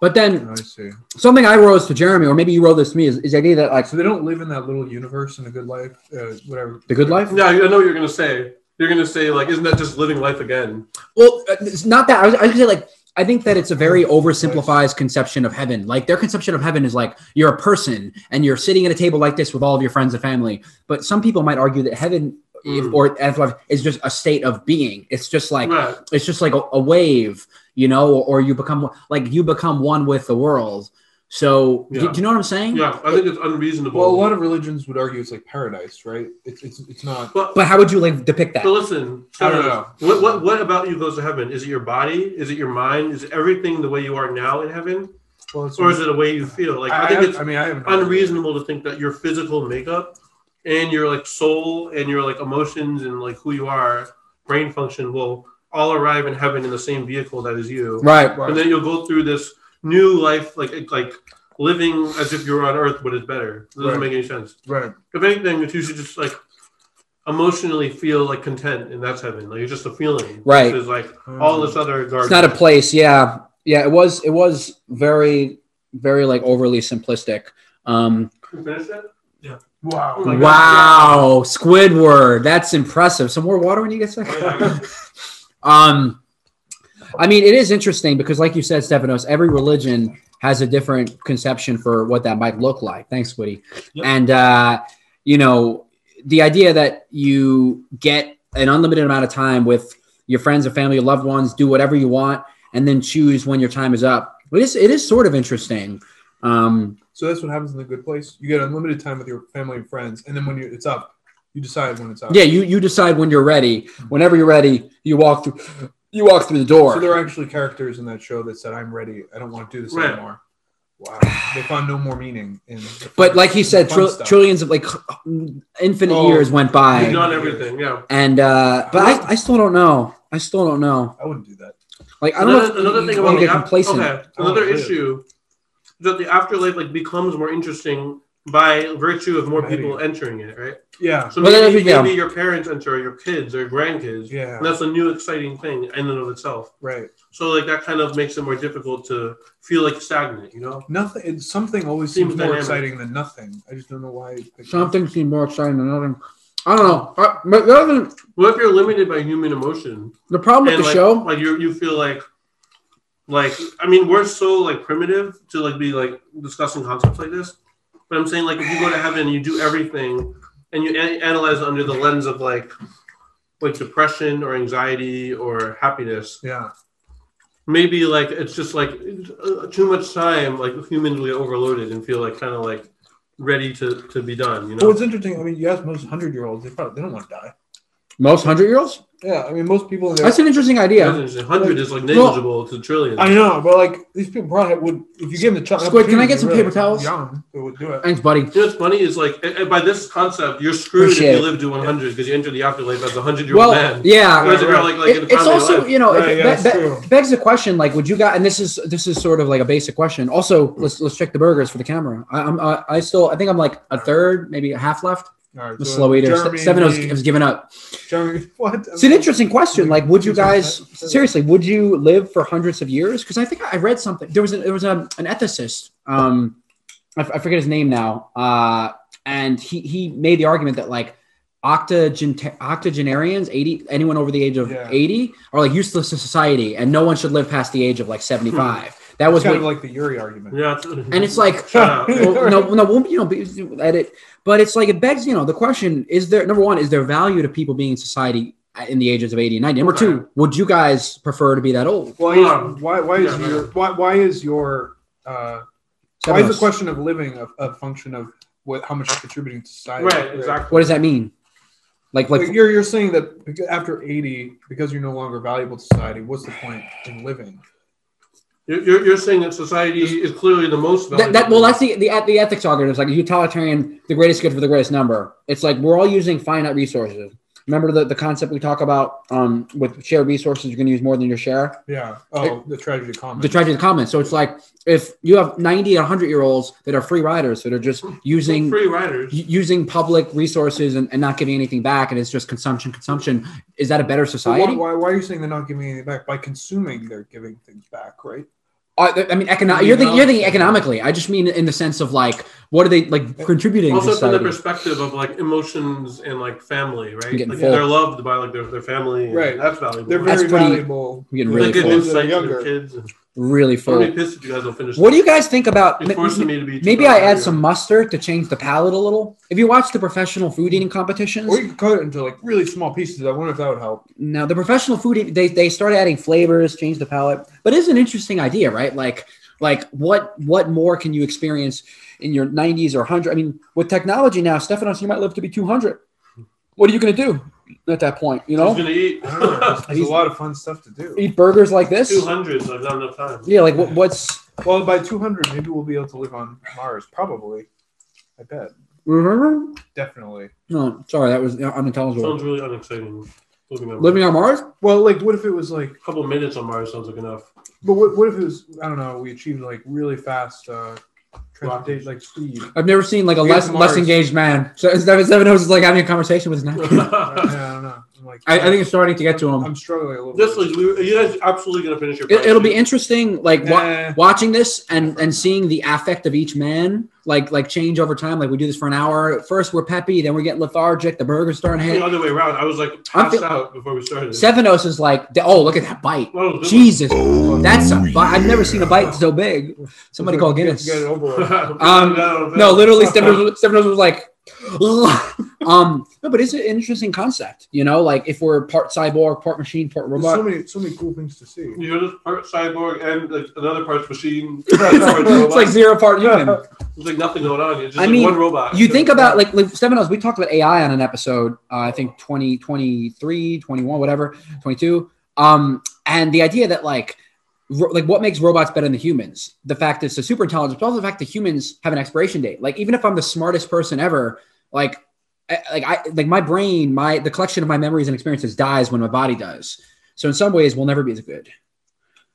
Speaker 2: But then
Speaker 3: I see.
Speaker 2: something I rose to Jeremy, or maybe you wrote this to me, is, is the idea that like
Speaker 3: So they don't live in that little universe in a good life, uh, whatever.
Speaker 2: the good life.
Speaker 4: Yeah, I know what you're gonna say. You're gonna say like, isn't that just living life again?
Speaker 2: Well, uh, it's not that. I was, I was gonna say like I think that it's a very oversimplifies conception of heaven. Like their conception of heaven is like you're a person and you're sitting at a table like this with all of your friends and family. But some people might argue that heaven if,
Speaker 4: Mm.
Speaker 2: or afterlife is just a state of being. It's just like
Speaker 4: right.
Speaker 2: it's just like a, a wave, you know, or, or you become like you become one with the world. So do-
Speaker 4: Yeah.
Speaker 2: do you know what I'm saying?
Speaker 4: Yeah, I think it's unreasonable.
Speaker 3: Well, a lot of religions would argue it's like paradise, right? It's it's it's not.
Speaker 4: but,
Speaker 2: But how would you like depict that?
Speaker 4: but listen,
Speaker 3: I don't know.
Speaker 4: What, what what about you goes to heaven? Is it your body? Is it your mind? Is everything the way you are now in heaven?
Speaker 3: Well, it's,
Speaker 4: Or is it a way you feel? Like I,
Speaker 3: I,
Speaker 4: think
Speaker 3: haven't-
Speaker 4: it's
Speaker 3: I mean, I haven't
Speaker 4: unreasonable to think that your physical makeup and your like soul and your like emotions and like who you are, brain function will all arrive in heaven in the same vehicle that is you.
Speaker 2: Right.
Speaker 4: And
Speaker 3: Right.
Speaker 4: then you'll go through this new life, like like living as if you were on Earth, but it's better. It doesn't
Speaker 3: Right.
Speaker 4: make any sense.
Speaker 3: Right.
Speaker 4: If anything, it's usually just like emotionally feel like content, and that's heaven. Like it's just a feeling.
Speaker 2: Right.
Speaker 4: It's like all this other garbage.
Speaker 2: It's not a place. Yeah. Yeah. It was, it was very, very like overly simplistic. Um,
Speaker 4: You finish it?
Speaker 3: Wow.
Speaker 4: Like-
Speaker 2: wow. Squidward. That's impressive. Some more water when you get sick.
Speaker 4: Oh,
Speaker 2: Um, I mean, it is interesting because, like you said, Stephanos, every religion has a different conception for what that might look like. Thanks, Woody.
Speaker 4: Yep.
Speaker 2: And uh, you know, the idea that you get an unlimited amount of time with your friends and family, your loved ones, do whatever you want, and then choose when your time is up. It is, it is sort of interesting. Um,
Speaker 3: So that's what happens in the good place. You get unlimited time with your family and friends, and then when you it's up, you decide when it's up.
Speaker 2: yeah, you you decide when you're ready. Whenever you're ready, you walk through you walk through the door.
Speaker 3: So there are actually characters in that show that said, "I'm ready. I don't want to do this
Speaker 4: Right.
Speaker 3: anymore." Wow. They found no more meaning in. the
Speaker 2: But
Speaker 3: fun-
Speaker 2: like he said,
Speaker 3: fun
Speaker 2: tril-
Speaker 3: stuff.
Speaker 2: trillions of like infinite
Speaker 3: Oh,
Speaker 2: years went
Speaker 4: You've
Speaker 2: by,
Speaker 4: done everything, yeah.
Speaker 2: and uh, but I, I still don't know. I still don't know.
Speaker 3: I wouldn't do that.
Speaker 2: Like I don't know.
Speaker 4: another,
Speaker 2: If
Speaker 4: another thing
Speaker 2: you want to
Speaker 4: about the
Speaker 2: get
Speaker 4: af-
Speaker 2: complacent.
Speaker 4: okay,
Speaker 3: I wanna
Speaker 4: another
Speaker 3: live.
Speaker 4: issue is that the afterlife like becomes more interesting by virtue of more
Speaker 3: Maybe.
Speaker 4: people entering it, right?
Speaker 3: Yeah.
Speaker 4: So
Speaker 2: Well,
Speaker 4: maybe,
Speaker 2: that- yeah.
Speaker 4: maybe your parents enter, or your kids, or your grandkids.
Speaker 3: Yeah.
Speaker 4: And that's a new exciting thing in and of itself.
Speaker 3: Right.
Speaker 4: So like that kind of makes it more difficult to feel like stagnant, you know?
Speaker 3: Nothing. It's, something always
Speaker 4: Seems
Speaker 3: seems more
Speaker 4: dynamic.
Speaker 3: exciting than nothing. I just don't know why. you picked
Speaker 2: Something seemed more exciting than nothing. I don't know. I, but the, other thing-
Speaker 4: What if you're limited by human emotion?
Speaker 2: the problem with
Speaker 4: and
Speaker 2: the
Speaker 4: like,
Speaker 2: show,
Speaker 4: like you you feel like like I mean we're so like primitive to like be like discussing concepts like this, but I'm saying like if you go to heaven and you do everything and you an- analyze it under the lens of like like depression or anxiety or happiness,
Speaker 3: Yeah.
Speaker 4: maybe like it's just like uh, too much time like humans will get overloaded and feel like kind of like ready to to be done, you
Speaker 3: Well,
Speaker 4: know?
Speaker 3: it's interesting. I mean, you ask most hundred-year-olds, they probably they don't want to die.
Speaker 2: most hundred year olds.
Speaker 3: Yeah. I mean, most people. in their-
Speaker 2: That's an interesting
Speaker 4: That's
Speaker 2: idea.
Speaker 4: interesting. Hundred is like
Speaker 2: Well-
Speaker 4: negligible to trillions.
Speaker 3: I know, but like these people probably would if you give them the chance.
Speaker 2: Squid, can I get some paper towels?
Speaker 3: Young, they would do it.
Speaker 2: Thanks, buddy.
Speaker 4: You know what's funny is like eh, eh, by this concept, you're screwed
Speaker 2: Appreciate
Speaker 4: if
Speaker 2: it.
Speaker 4: you live to 100 because you enter the afterlife as a 100 year old
Speaker 2: Well,
Speaker 4: man.
Speaker 2: yeah.
Speaker 4: Whereas if you're like, like
Speaker 2: It-
Speaker 4: in
Speaker 2: it's
Speaker 4: the prime of your
Speaker 2: also
Speaker 4: life,
Speaker 2: you know
Speaker 3: Right,
Speaker 2: it,
Speaker 3: yeah,
Speaker 2: that,
Speaker 3: that's
Speaker 2: that
Speaker 3: true.
Speaker 2: begs the question like would you guys and this is this is sort of like a basic question also let's let's check the burgers for the camera I, i'm I, I still i think i'm like a third maybe a half left
Speaker 3: All right,
Speaker 2: the
Speaker 3: so
Speaker 2: slow eater
Speaker 3: Jeremy,
Speaker 2: seven
Speaker 3: me,
Speaker 2: has given up
Speaker 3: Jeremy, what?
Speaker 2: it's an interesting question like would you
Speaker 3: Two seconds,
Speaker 2: guys
Speaker 3: right?
Speaker 2: seriously would you live for hundreds of years because i think i read something there was a, there was a, an ethicist um I, f- I forget his name now uh and he he made the argument that like octogenta- octogenarians 80 anyone over the age of
Speaker 3: Yeah.
Speaker 2: 80 are like useless to society and no one should live past the age of like 75 that
Speaker 3: Hmm. It's
Speaker 2: was
Speaker 3: kind
Speaker 2: what,
Speaker 3: of like the Yuri argument.
Speaker 4: yeah. it's-
Speaker 2: and it's like
Speaker 4: Shut up.
Speaker 2: well, no no won't you know be- edit but it's like it begs you know the question is there number one is there value to people being in society in the ages of 80 and 90 number two would you guys prefer to be that old
Speaker 3: Why?
Speaker 4: Yeah.
Speaker 3: Is, why? Why is
Speaker 4: Yeah.
Speaker 3: your? Why? Why is your? Uh, why is the
Speaker 2: Sevenos,
Speaker 3: question of living a, a function of what? How much you're contributing to society?
Speaker 4: Right, exactly.
Speaker 2: what does that mean Like
Speaker 3: Like,
Speaker 2: like
Speaker 3: you're you're saying that beca- after 80, because you're no longer valuable to society, what's the point in living?
Speaker 4: You're, you're, you're saying that society is clearly the most
Speaker 2: that,
Speaker 4: valuable.
Speaker 2: that well that's the, the the ethics argument. It's like utilitarian, the greatest good for the greatest number. It's like we're all using finite resources. Remember the, the concept we talk about um, with shared resources, you're gonna use more than your share.
Speaker 3: Yeah. Oh, the tragedy of comedy.
Speaker 2: the tragedy of the commons. So it's like if you have 90 and 100 year olds that are free riders that are just using
Speaker 4: free riders.
Speaker 2: u- using public resources and, and not giving anything back and it's just consumption consumption is that a better
Speaker 3: But why,
Speaker 2: society
Speaker 3: why, why are you saying they're not giving anything back? By consuming, they're giving things back, right?
Speaker 2: Uh, th- i mean econo- you're, thinking, you're thinking economically i just mean in the sense of like what are they like contributing to
Speaker 4: Also from the
Speaker 2: society
Speaker 4: perspective of like emotions and like family, right?
Speaker 2: getting
Speaker 4: Like
Speaker 2: full.
Speaker 4: they're loved by like their, their family. and
Speaker 3: Right.
Speaker 4: That's valuable.
Speaker 3: They're
Speaker 2: That's
Speaker 3: very
Speaker 2: pretty-
Speaker 3: valuable.
Speaker 2: I'm getting
Speaker 4: Really
Speaker 2: really
Speaker 4: good
Speaker 2: full,
Speaker 3: Those that are
Speaker 4: insight to their
Speaker 3: younger.
Speaker 4: kids. And
Speaker 2: really
Speaker 4: I'm gonna
Speaker 2: full
Speaker 4: be pissed if you guys don't finish.
Speaker 2: what do you guys think about
Speaker 4: It forces me to be.
Speaker 2: maybe i add some mustard to change the palate a little if you watch the professional food eating competitions
Speaker 3: Or you could cut it into like really small pieces. I wonder if that would help.
Speaker 2: No, the professional food they they start adding flavors, change the palate, but it's an interesting idea, right? Like like what what more can you experience in your 90s or 100? I mean, with technology now, Stephanos, you might live to be 200. What are you going to do at that point? You
Speaker 4: Who's
Speaker 2: know,
Speaker 4: gonna eat?
Speaker 3: I don't know. There's, there's
Speaker 2: He's-
Speaker 3: a lot of fun stuff to do.
Speaker 2: eat burgers like this?
Speaker 4: Two hundred, so I've not enough time.
Speaker 2: Yeah, like what, what's
Speaker 3: Well, by 200, maybe we'll be able to live on Mars. Probably. I bet.
Speaker 2: no?
Speaker 3: Definitely.
Speaker 2: Mm-hmm. Oh, Sorry, that was unintelligible.
Speaker 4: Sounds really unexciting. Living on
Speaker 2: Living
Speaker 4: Mars.
Speaker 2: on Mars?
Speaker 3: Well, like, what if it was like,
Speaker 4: a couple minutes on Mars sounds like enough.
Speaker 3: but what, what if it was, I don't know, we achieved like really fast uh, transportation, like speed.
Speaker 2: I've never seen like a
Speaker 3: We have
Speaker 2: less less
Speaker 3: Mars.
Speaker 2: engaged man. So Stephanos is like having a conversation with his nephew.
Speaker 3: I, I don't know. I'm like, uh,
Speaker 2: I, I think it's starting to get to him.
Speaker 3: I'm struggling a little
Speaker 4: This
Speaker 3: bit.
Speaker 4: is we, you guys absolutely gonna finish your.
Speaker 2: It, it'll be
Speaker 4: project.
Speaker 2: interesting, like wa-
Speaker 3: Nah.
Speaker 2: watching this and and seeing the affect of each man, like like change over time. Like we do this for an hour. At first we're peppy, then we get lethargic. The burger's starting to
Speaker 4: the
Speaker 2: hit.
Speaker 4: other way around. I was like passed
Speaker 2: feel-
Speaker 4: out before we started.
Speaker 2: Stephanos is like, oh look at that bite,
Speaker 4: That was a good
Speaker 2: Jesus,
Speaker 1: Oh,
Speaker 2: that's a
Speaker 1: yeah.
Speaker 2: bite. I've never seen a bite so big. Somebody call
Speaker 3: Get-
Speaker 2: Guinness.
Speaker 3: Get it over with.
Speaker 4: one.
Speaker 2: Um, No, literally, Stephanos, Stephanos was like, um, no, but it's an interesting concept. You know, like if we're part cyborg, part machine, part
Speaker 3: There's
Speaker 2: robot.
Speaker 3: so many, so many cool things to see.
Speaker 4: You're just part cyborg and like, another part's machine.
Speaker 2: it's like zero part human.
Speaker 4: There's like nothing going on. It's just
Speaker 2: I
Speaker 4: like
Speaker 2: mean,
Speaker 4: one robot.
Speaker 2: you think about like, like Stephanos, we talked about AI on an episode, uh, I think 20, 23, 21, whatever, 22. Um, and the idea that like, ro- like what makes robots better than humans? The fact that it's a super intelligence, but also the fact that humans have an expiration date. Like even if I'm the smartest person ever, like, I- like I, like my brain, my, the collection of my memories and experiences dies when my body does. So in some ways we'll never be as good.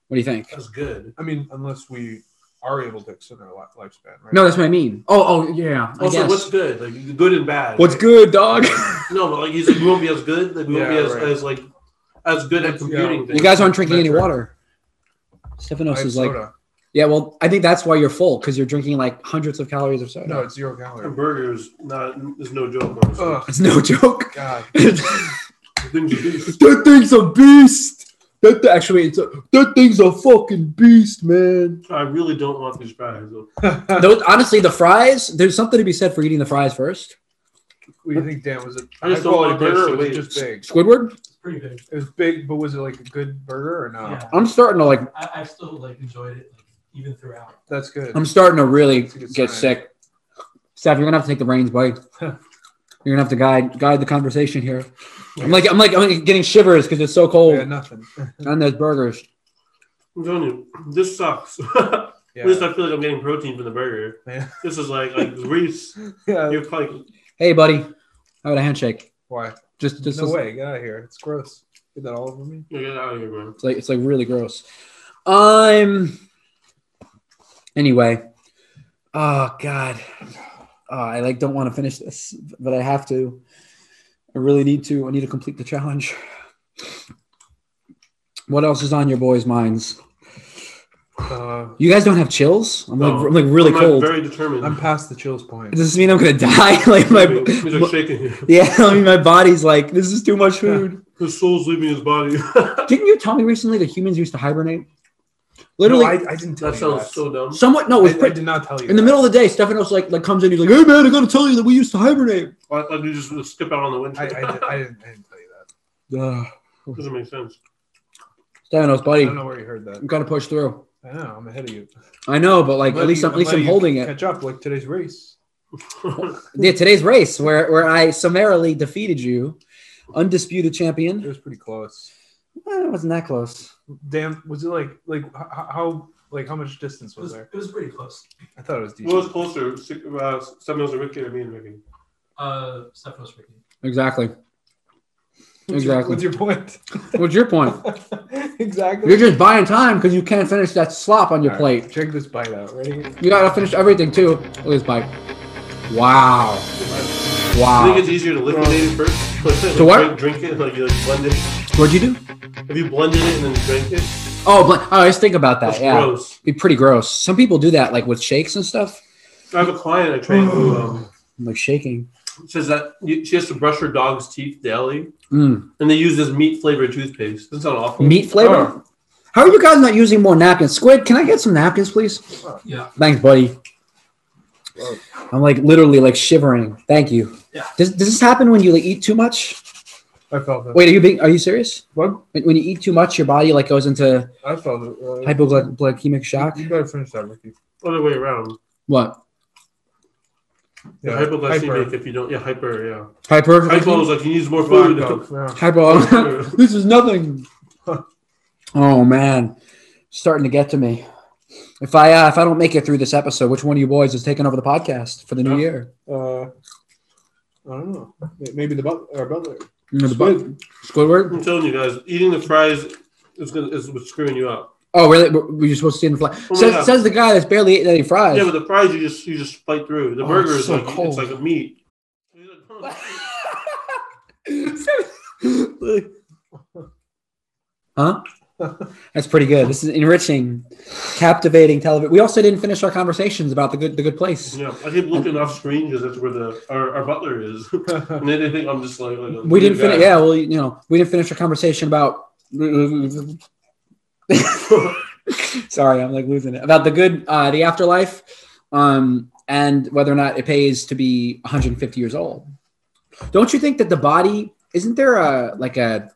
Speaker 2: What do you think?
Speaker 4: that's good.
Speaker 3: I mean, unless we are able to extend our li- lifespan, right?
Speaker 2: No, that's what I mean. Oh, oh yeah. I
Speaker 4: Also,
Speaker 2: guess.
Speaker 4: what's good? Like good and bad.
Speaker 2: what's
Speaker 4: right?
Speaker 2: good dog?
Speaker 4: No, but like he's like, we won't be as good. Like we won't
Speaker 3: Yeah,
Speaker 4: be as,
Speaker 3: right.
Speaker 4: as like as good at computing.
Speaker 3: Yeah.
Speaker 4: Things.
Speaker 2: You guys aren't drinking any
Speaker 3: That's right.
Speaker 2: water. Stephanos
Speaker 3: I have
Speaker 2: is like,
Speaker 3: soda.
Speaker 2: yeah, well, I think that's why you're full because you're drinking like hundreds of calories of soda.
Speaker 3: no, it's zero calorie.
Speaker 4: burgers. Not is no joke. Honestly.
Speaker 3: Ugh,
Speaker 2: It's no joke.
Speaker 3: God.
Speaker 2: that
Speaker 4: Things you do.
Speaker 2: thing's a beast. That th- actually, it's a, that thing's a fucking beast, man.
Speaker 4: I really don't want these fries. though.
Speaker 2: Those, honestly, the fries. There's something to be said for eating the fries first.
Speaker 3: What do you think, Dan? Was it
Speaker 4: I
Speaker 3: high
Speaker 4: just don't
Speaker 3: quality
Speaker 4: want this
Speaker 3: burger
Speaker 4: to
Speaker 3: or was it
Speaker 4: leave.
Speaker 3: just big?
Speaker 2: Squidward.
Speaker 6: It's pretty big.
Speaker 3: It was big, but was it like a good burger or
Speaker 4: Oh.
Speaker 3: no?
Speaker 6: Yeah.
Speaker 2: I'm starting to like.
Speaker 6: I, I've still like enjoyed it like even throughout.
Speaker 3: That's good.
Speaker 2: I'm starting to really
Speaker 3: That's a good
Speaker 2: get
Speaker 3: sign.
Speaker 2: sick. Steph, you're gonna have to take the reins, buddy. You're gonna have to guide guide the conversation here. I'm like I'm like I'm getting shivers because it's so cold.
Speaker 3: Yeah, nothing.
Speaker 2: on those burgers.
Speaker 4: I'm telling you, this sucks.
Speaker 3: Yeah.
Speaker 4: At least I feel like I'm getting protein from the burger.
Speaker 3: Yeah.
Speaker 4: This is like like Reese.
Speaker 3: yeah.
Speaker 4: You're like
Speaker 2: Hey, buddy, how about a handshake?
Speaker 3: Why?
Speaker 2: Just, just
Speaker 3: no way. Get out of here. It's gross. Get that all over me.
Speaker 4: get out of here, man.
Speaker 2: It's like it's like really gross. Um. Anyway, oh god, oh, I like don't want to finish this, but I have to. I really need to. I need to complete the challenge. What else is on your boys' minds?
Speaker 3: Uh,
Speaker 2: You guys don't have chills? I'm like,
Speaker 4: No.
Speaker 2: I'm like really
Speaker 4: I'm like,
Speaker 2: cold.
Speaker 4: very determined.
Speaker 3: I'm past the chills point.
Speaker 2: Does this mean I'm gonna die? like my,
Speaker 4: he's like shaking. here.
Speaker 2: yeah. I mean, my body's like this is too much food.
Speaker 4: His soul's leaving his body.
Speaker 2: Didn't you tell me recently that humans used to hibernate?
Speaker 3: No,
Speaker 2: Literally,
Speaker 3: I, I didn't tell
Speaker 4: that
Speaker 3: you
Speaker 4: sounds so dumb.
Speaker 2: somewhat. No, it
Speaker 3: I,
Speaker 2: was
Speaker 3: I
Speaker 2: pretty,
Speaker 3: did not tell you.
Speaker 2: in the middle of the day. Stefanos like like comes in. He's like, "Hey man, I gotta tell you that we used to hibernate."
Speaker 4: Like, like you just skip out on the winter.
Speaker 3: I, I, did, I, didn't, I didn't tell you that.
Speaker 2: Ugh.
Speaker 4: Doesn't make sense.
Speaker 2: Stefanos,
Speaker 3: I
Speaker 2: buddy,
Speaker 3: don't know where you heard that.
Speaker 2: you gotta push through.
Speaker 3: I know. I'm ahead of you.
Speaker 2: I know, but like at
Speaker 3: I'm letting
Speaker 2: least
Speaker 3: you-
Speaker 2: I'm, at least I'm
Speaker 3: letting you
Speaker 2: holding it.
Speaker 3: Catch up like today's race.
Speaker 2: Yeah, today's race where where I summarily defeated you undisputed
Speaker 3: It
Speaker 2: champion.
Speaker 3: was pretty close.
Speaker 2: Eh, it wasn't that close.
Speaker 3: Damn, was it like like h- h- how like how much distance
Speaker 6: It was,
Speaker 3: was there?
Speaker 6: it was pretty close.
Speaker 3: I thought it was
Speaker 4: What was
Speaker 3: decent.
Speaker 4: closer, Si- uh, Stephanos or Ricky or me and Ricky?
Speaker 6: Uh, Stephanos Ricky.
Speaker 2: Exactly. Exactly.
Speaker 3: What's your point?
Speaker 2: What's your point?
Speaker 3: exactly.
Speaker 2: You're just buying time because you can't finish that slop on your
Speaker 3: All right,
Speaker 2: plate.
Speaker 3: Check this bite out. Ready?
Speaker 2: You gotta finish everything too. Look at this bike. Wow.
Speaker 4: I think
Speaker 2: Wow.
Speaker 4: it's easier to liquidate it first. Like,
Speaker 2: Ah. To what?
Speaker 4: Drink, drink it, like you like blend it.
Speaker 2: What'd you do?
Speaker 4: If you blended it and then drank it,
Speaker 2: Oh, but oh, just think about
Speaker 4: that's
Speaker 2: that. Yeah,
Speaker 4: gross.
Speaker 2: be pretty gross. Some people do that, like with shakes and stuff.
Speaker 4: I have a client I train who
Speaker 2: Mm.
Speaker 4: um,
Speaker 2: I'm like shaking.
Speaker 4: says that you- she has to brush her dog's teeth daily,
Speaker 2: Mm.
Speaker 4: and they use this meat flavored toothpaste. That's not awful.
Speaker 2: Meat flavor. How are you guys not using more napkins? Squid, can I get some napkins, please?
Speaker 6: Yeah.
Speaker 2: Thanks, buddy. I'm like literally like shivering. Thank you.
Speaker 6: Yeah.
Speaker 2: Does, does this happen when you like eat too much?
Speaker 3: I felt that.
Speaker 2: Wait, are you being? Are you serious?
Speaker 3: What?
Speaker 2: When, when you eat too much, your body like goes into
Speaker 3: I felt it. Uh,
Speaker 2: hypoglycemic shock.
Speaker 3: You better finish that, Ricky.
Speaker 4: Other way around.
Speaker 2: What?
Speaker 4: Yeah, hypoglycemic if you don't. Yeah, hyper. Yeah.
Speaker 2: Hyper.
Speaker 4: Hypo is like you need more
Speaker 3: Food,
Speaker 4: food.
Speaker 3: dog. Yeah.
Speaker 2: Hypo. this is nothing. oh man, starting to get to me. If I uh, if I don't make it through this episode, which one of you boys is taking over the podcast for the new
Speaker 3: Yeah.
Speaker 2: year?
Speaker 3: Uh, I don't know. May- Maybe the butler. Or butler.
Speaker 2: Squid. Squidward.
Speaker 4: I'm telling you guys, eating the fries is gonna is what's screwing you up.
Speaker 2: Oh really? Were were you supposed to see in the fly?
Speaker 4: Oh,
Speaker 2: says,
Speaker 4: yeah.
Speaker 2: says the guy that's barely eating any fries.
Speaker 4: Yeah, but the fries you just you just bite through. The
Speaker 2: Oh,
Speaker 4: burger
Speaker 2: it's
Speaker 4: is
Speaker 2: so
Speaker 4: like
Speaker 2: cold.
Speaker 4: it's like a meat.
Speaker 2: huh? That's pretty good. This is enriching, captivating television. We also didn't finish our conversations about the good the good place.
Speaker 4: Yeah, I keep looking off screen because that's where the our, our butler is, and then they think I'm just like, like a
Speaker 2: We
Speaker 4: weird
Speaker 2: didn't finish.
Speaker 4: guy.
Speaker 2: Yeah, well, you know, we didn't finish our conversation about. Sorry, I'm like losing it about the good, uh, the afterlife, um, and whether or not it pays to be 150 years old. Don't you think that the body isn't there a like a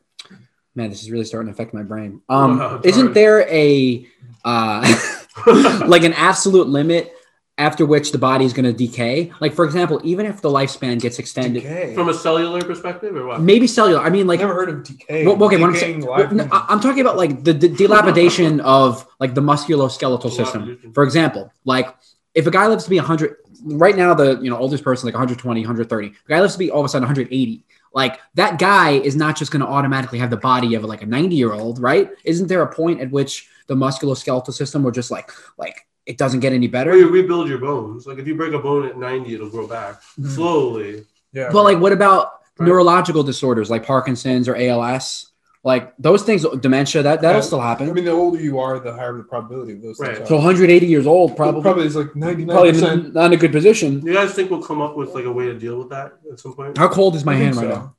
Speaker 2: man? This is really starting to affect my brain. Um,
Speaker 4: Wow, it's
Speaker 2: isn't
Speaker 4: hard.
Speaker 2: there a uh, like an absolute limit after which the body is going to decay? Like for example, even if the lifespan gets extended,
Speaker 3: Decay.
Speaker 4: From a cellular perspective, or what?
Speaker 2: maybe cellular. I mean,
Speaker 3: I've
Speaker 2: like
Speaker 3: never heard of decay.
Speaker 2: well, okay, what I'm,
Speaker 3: Decaying
Speaker 2: saying,
Speaker 3: live
Speaker 2: well, no,
Speaker 3: things.
Speaker 2: I- I'm talking about like the, the dilapidation of like the musculoskeletal system.
Speaker 4: Dilapidation.
Speaker 2: For example, like if a guy lives to be 100, right now the you know oldest person like 120, 130, the guy lives to be all of a sudden 180. Like that guy is not just going to automatically have the body of like a 90 year old, right? Isn't there a point at which the musculoskeletal system will just like like it doesn't get any
Speaker 4: Or
Speaker 2: better?
Speaker 4: you rebuild your bones. Like if you break a bone at 90, it'll grow back
Speaker 3: Mm-hmm.
Speaker 2: Mhm.
Speaker 4: slowly.
Speaker 3: yeah.
Speaker 2: But like, what about
Speaker 3: Right.
Speaker 2: neurological disorders like Parkinson's or ALS? Like those things, dementia that that'll
Speaker 3: Yeah.
Speaker 2: still happen.
Speaker 3: I mean, the older you are, the higher the probability of those
Speaker 4: Right.
Speaker 3: things.
Speaker 2: So
Speaker 3: are.
Speaker 2: 180 years old, probably
Speaker 3: probably is like ninety nine
Speaker 2: probably
Speaker 3: percent.
Speaker 2: not in a good position.
Speaker 4: You guys think we'll come up with like a way to deal with that at some point?
Speaker 2: How cold is my hand right now?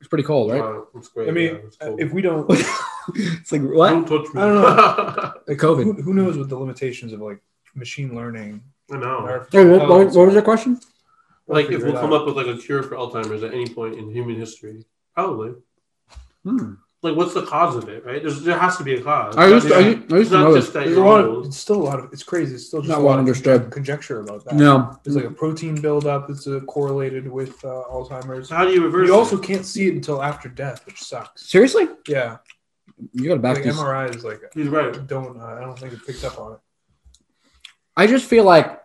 Speaker 2: It's pretty cold, right?
Speaker 4: Wow, it's great.
Speaker 3: I
Speaker 4: yeah,
Speaker 3: mean,
Speaker 4: it's cool.
Speaker 3: if we don't,
Speaker 2: it's like what?
Speaker 4: don't touch me.
Speaker 3: I
Speaker 2: The
Speaker 3: who,
Speaker 2: COVID.
Speaker 3: who knows what the limitations of like machine learning?
Speaker 4: I know.
Speaker 2: Wait, what, what- what was your question?
Speaker 4: Like if we'll come up with like a cure for Alzheimer's at any point in human history, probably.
Speaker 2: Hmm.
Speaker 4: Like what's the cause of it? Right? There's, there has to be a cause.
Speaker 2: I used to, I
Speaker 4: Yeah.
Speaker 2: used, I used
Speaker 4: It's
Speaker 2: to
Speaker 4: not
Speaker 2: know
Speaker 4: just
Speaker 2: this.
Speaker 4: that
Speaker 3: There's a
Speaker 4: you're
Speaker 3: lot of,
Speaker 4: old.
Speaker 3: it's still a lot of. It's crazy. It's still just
Speaker 2: Not
Speaker 3: a
Speaker 2: well
Speaker 3: lot of
Speaker 2: understood.
Speaker 3: conjecture about that.
Speaker 2: No.
Speaker 3: There's like a protein buildup that's uh, correlated with uh, Alzheimer's.
Speaker 4: So how do you reverse?
Speaker 3: You also
Speaker 4: it?
Speaker 3: can't see it until after death, which sucks.
Speaker 2: Seriously?
Speaker 3: Yeah,
Speaker 2: You got to back
Speaker 3: like
Speaker 2: these.
Speaker 3: MRIs like
Speaker 4: He's right.
Speaker 3: don't. Uh, I don't think it picked up on it.
Speaker 2: I just feel like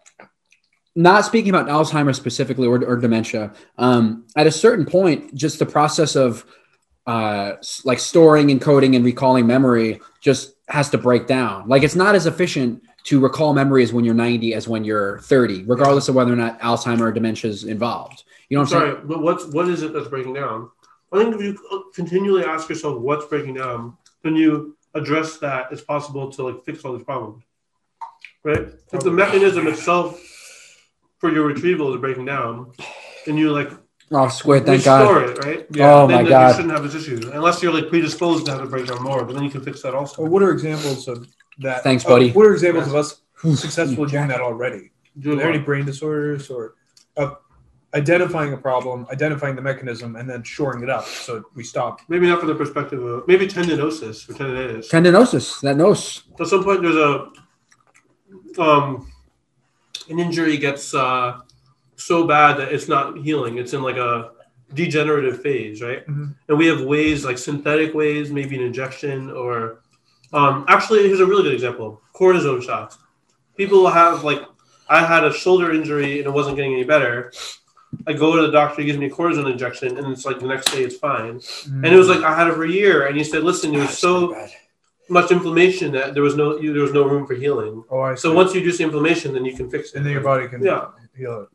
Speaker 2: not speaking about Alzheimer's specifically or, or dementia. Um, at a certain point, just the process of uh, s- like storing, encoding, and recalling memory just has to break down. Like it's not as efficient to recall memories when you're 90 as when you're 30, regardless of whether or not Alzheimer or dementia is involved. You know what I'm
Speaker 4: Sorry,
Speaker 2: saying?
Speaker 4: but what's what is it that's breaking down? I think if you continually ask yourself what's breaking down, then you address that. It's possible to like fix all these problems, right? If the mechanism itself for your retrieval is breaking down, and you like
Speaker 2: Oh, squid! Thank God.
Speaker 4: restore it, right?
Speaker 2: Oh
Speaker 4: then
Speaker 2: my
Speaker 4: you
Speaker 2: God.
Speaker 4: shouldn't have this issue unless you're like predisposed to have it break down more. But then you can fix that also.
Speaker 3: Well, what are examples of that?
Speaker 2: Thanks,
Speaker 3: uh,
Speaker 2: buddy.
Speaker 3: what are examples of us successfully doing that already?
Speaker 4: Do
Speaker 3: Are
Speaker 4: it
Speaker 3: there any
Speaker 4: already.
Speaker 3: brain disorders or of identifying a problem, identifying the mechanism, and then shoring it up so we stop?
Speaker 4: Maybe not from the perspective of maybe tendinosis or tendinitis.
Speaker 2: Tendinosis, that nose.
Speaker 4: at some point there's a um an injury gets uh so bad that it's not healing it's in like a degenerative phase, right?
Speaker 3: Mhm.
Speaker 4: And we have ways like synthetic ways, maybe an injection, or um, actually, here's a really good example: cortisone shots. People will have like, I had a shoulder injury and it wasn't getting any better. I go to the doctor, he gives me a cortisone injection, and it's like the next day it's fine. And it was like I had it for a year, and he said, "Listen, there was so much inflammation that there was no you, there was no room for healing.
Speaker 3: oh, I
Speaker 4: So
Speaker 3: see.
Speaker 4: once you do the inflammation, then you can fix it."
Speaker 3: and then your body can
Speaker 4: Yeah.
Speaker 3: heal it.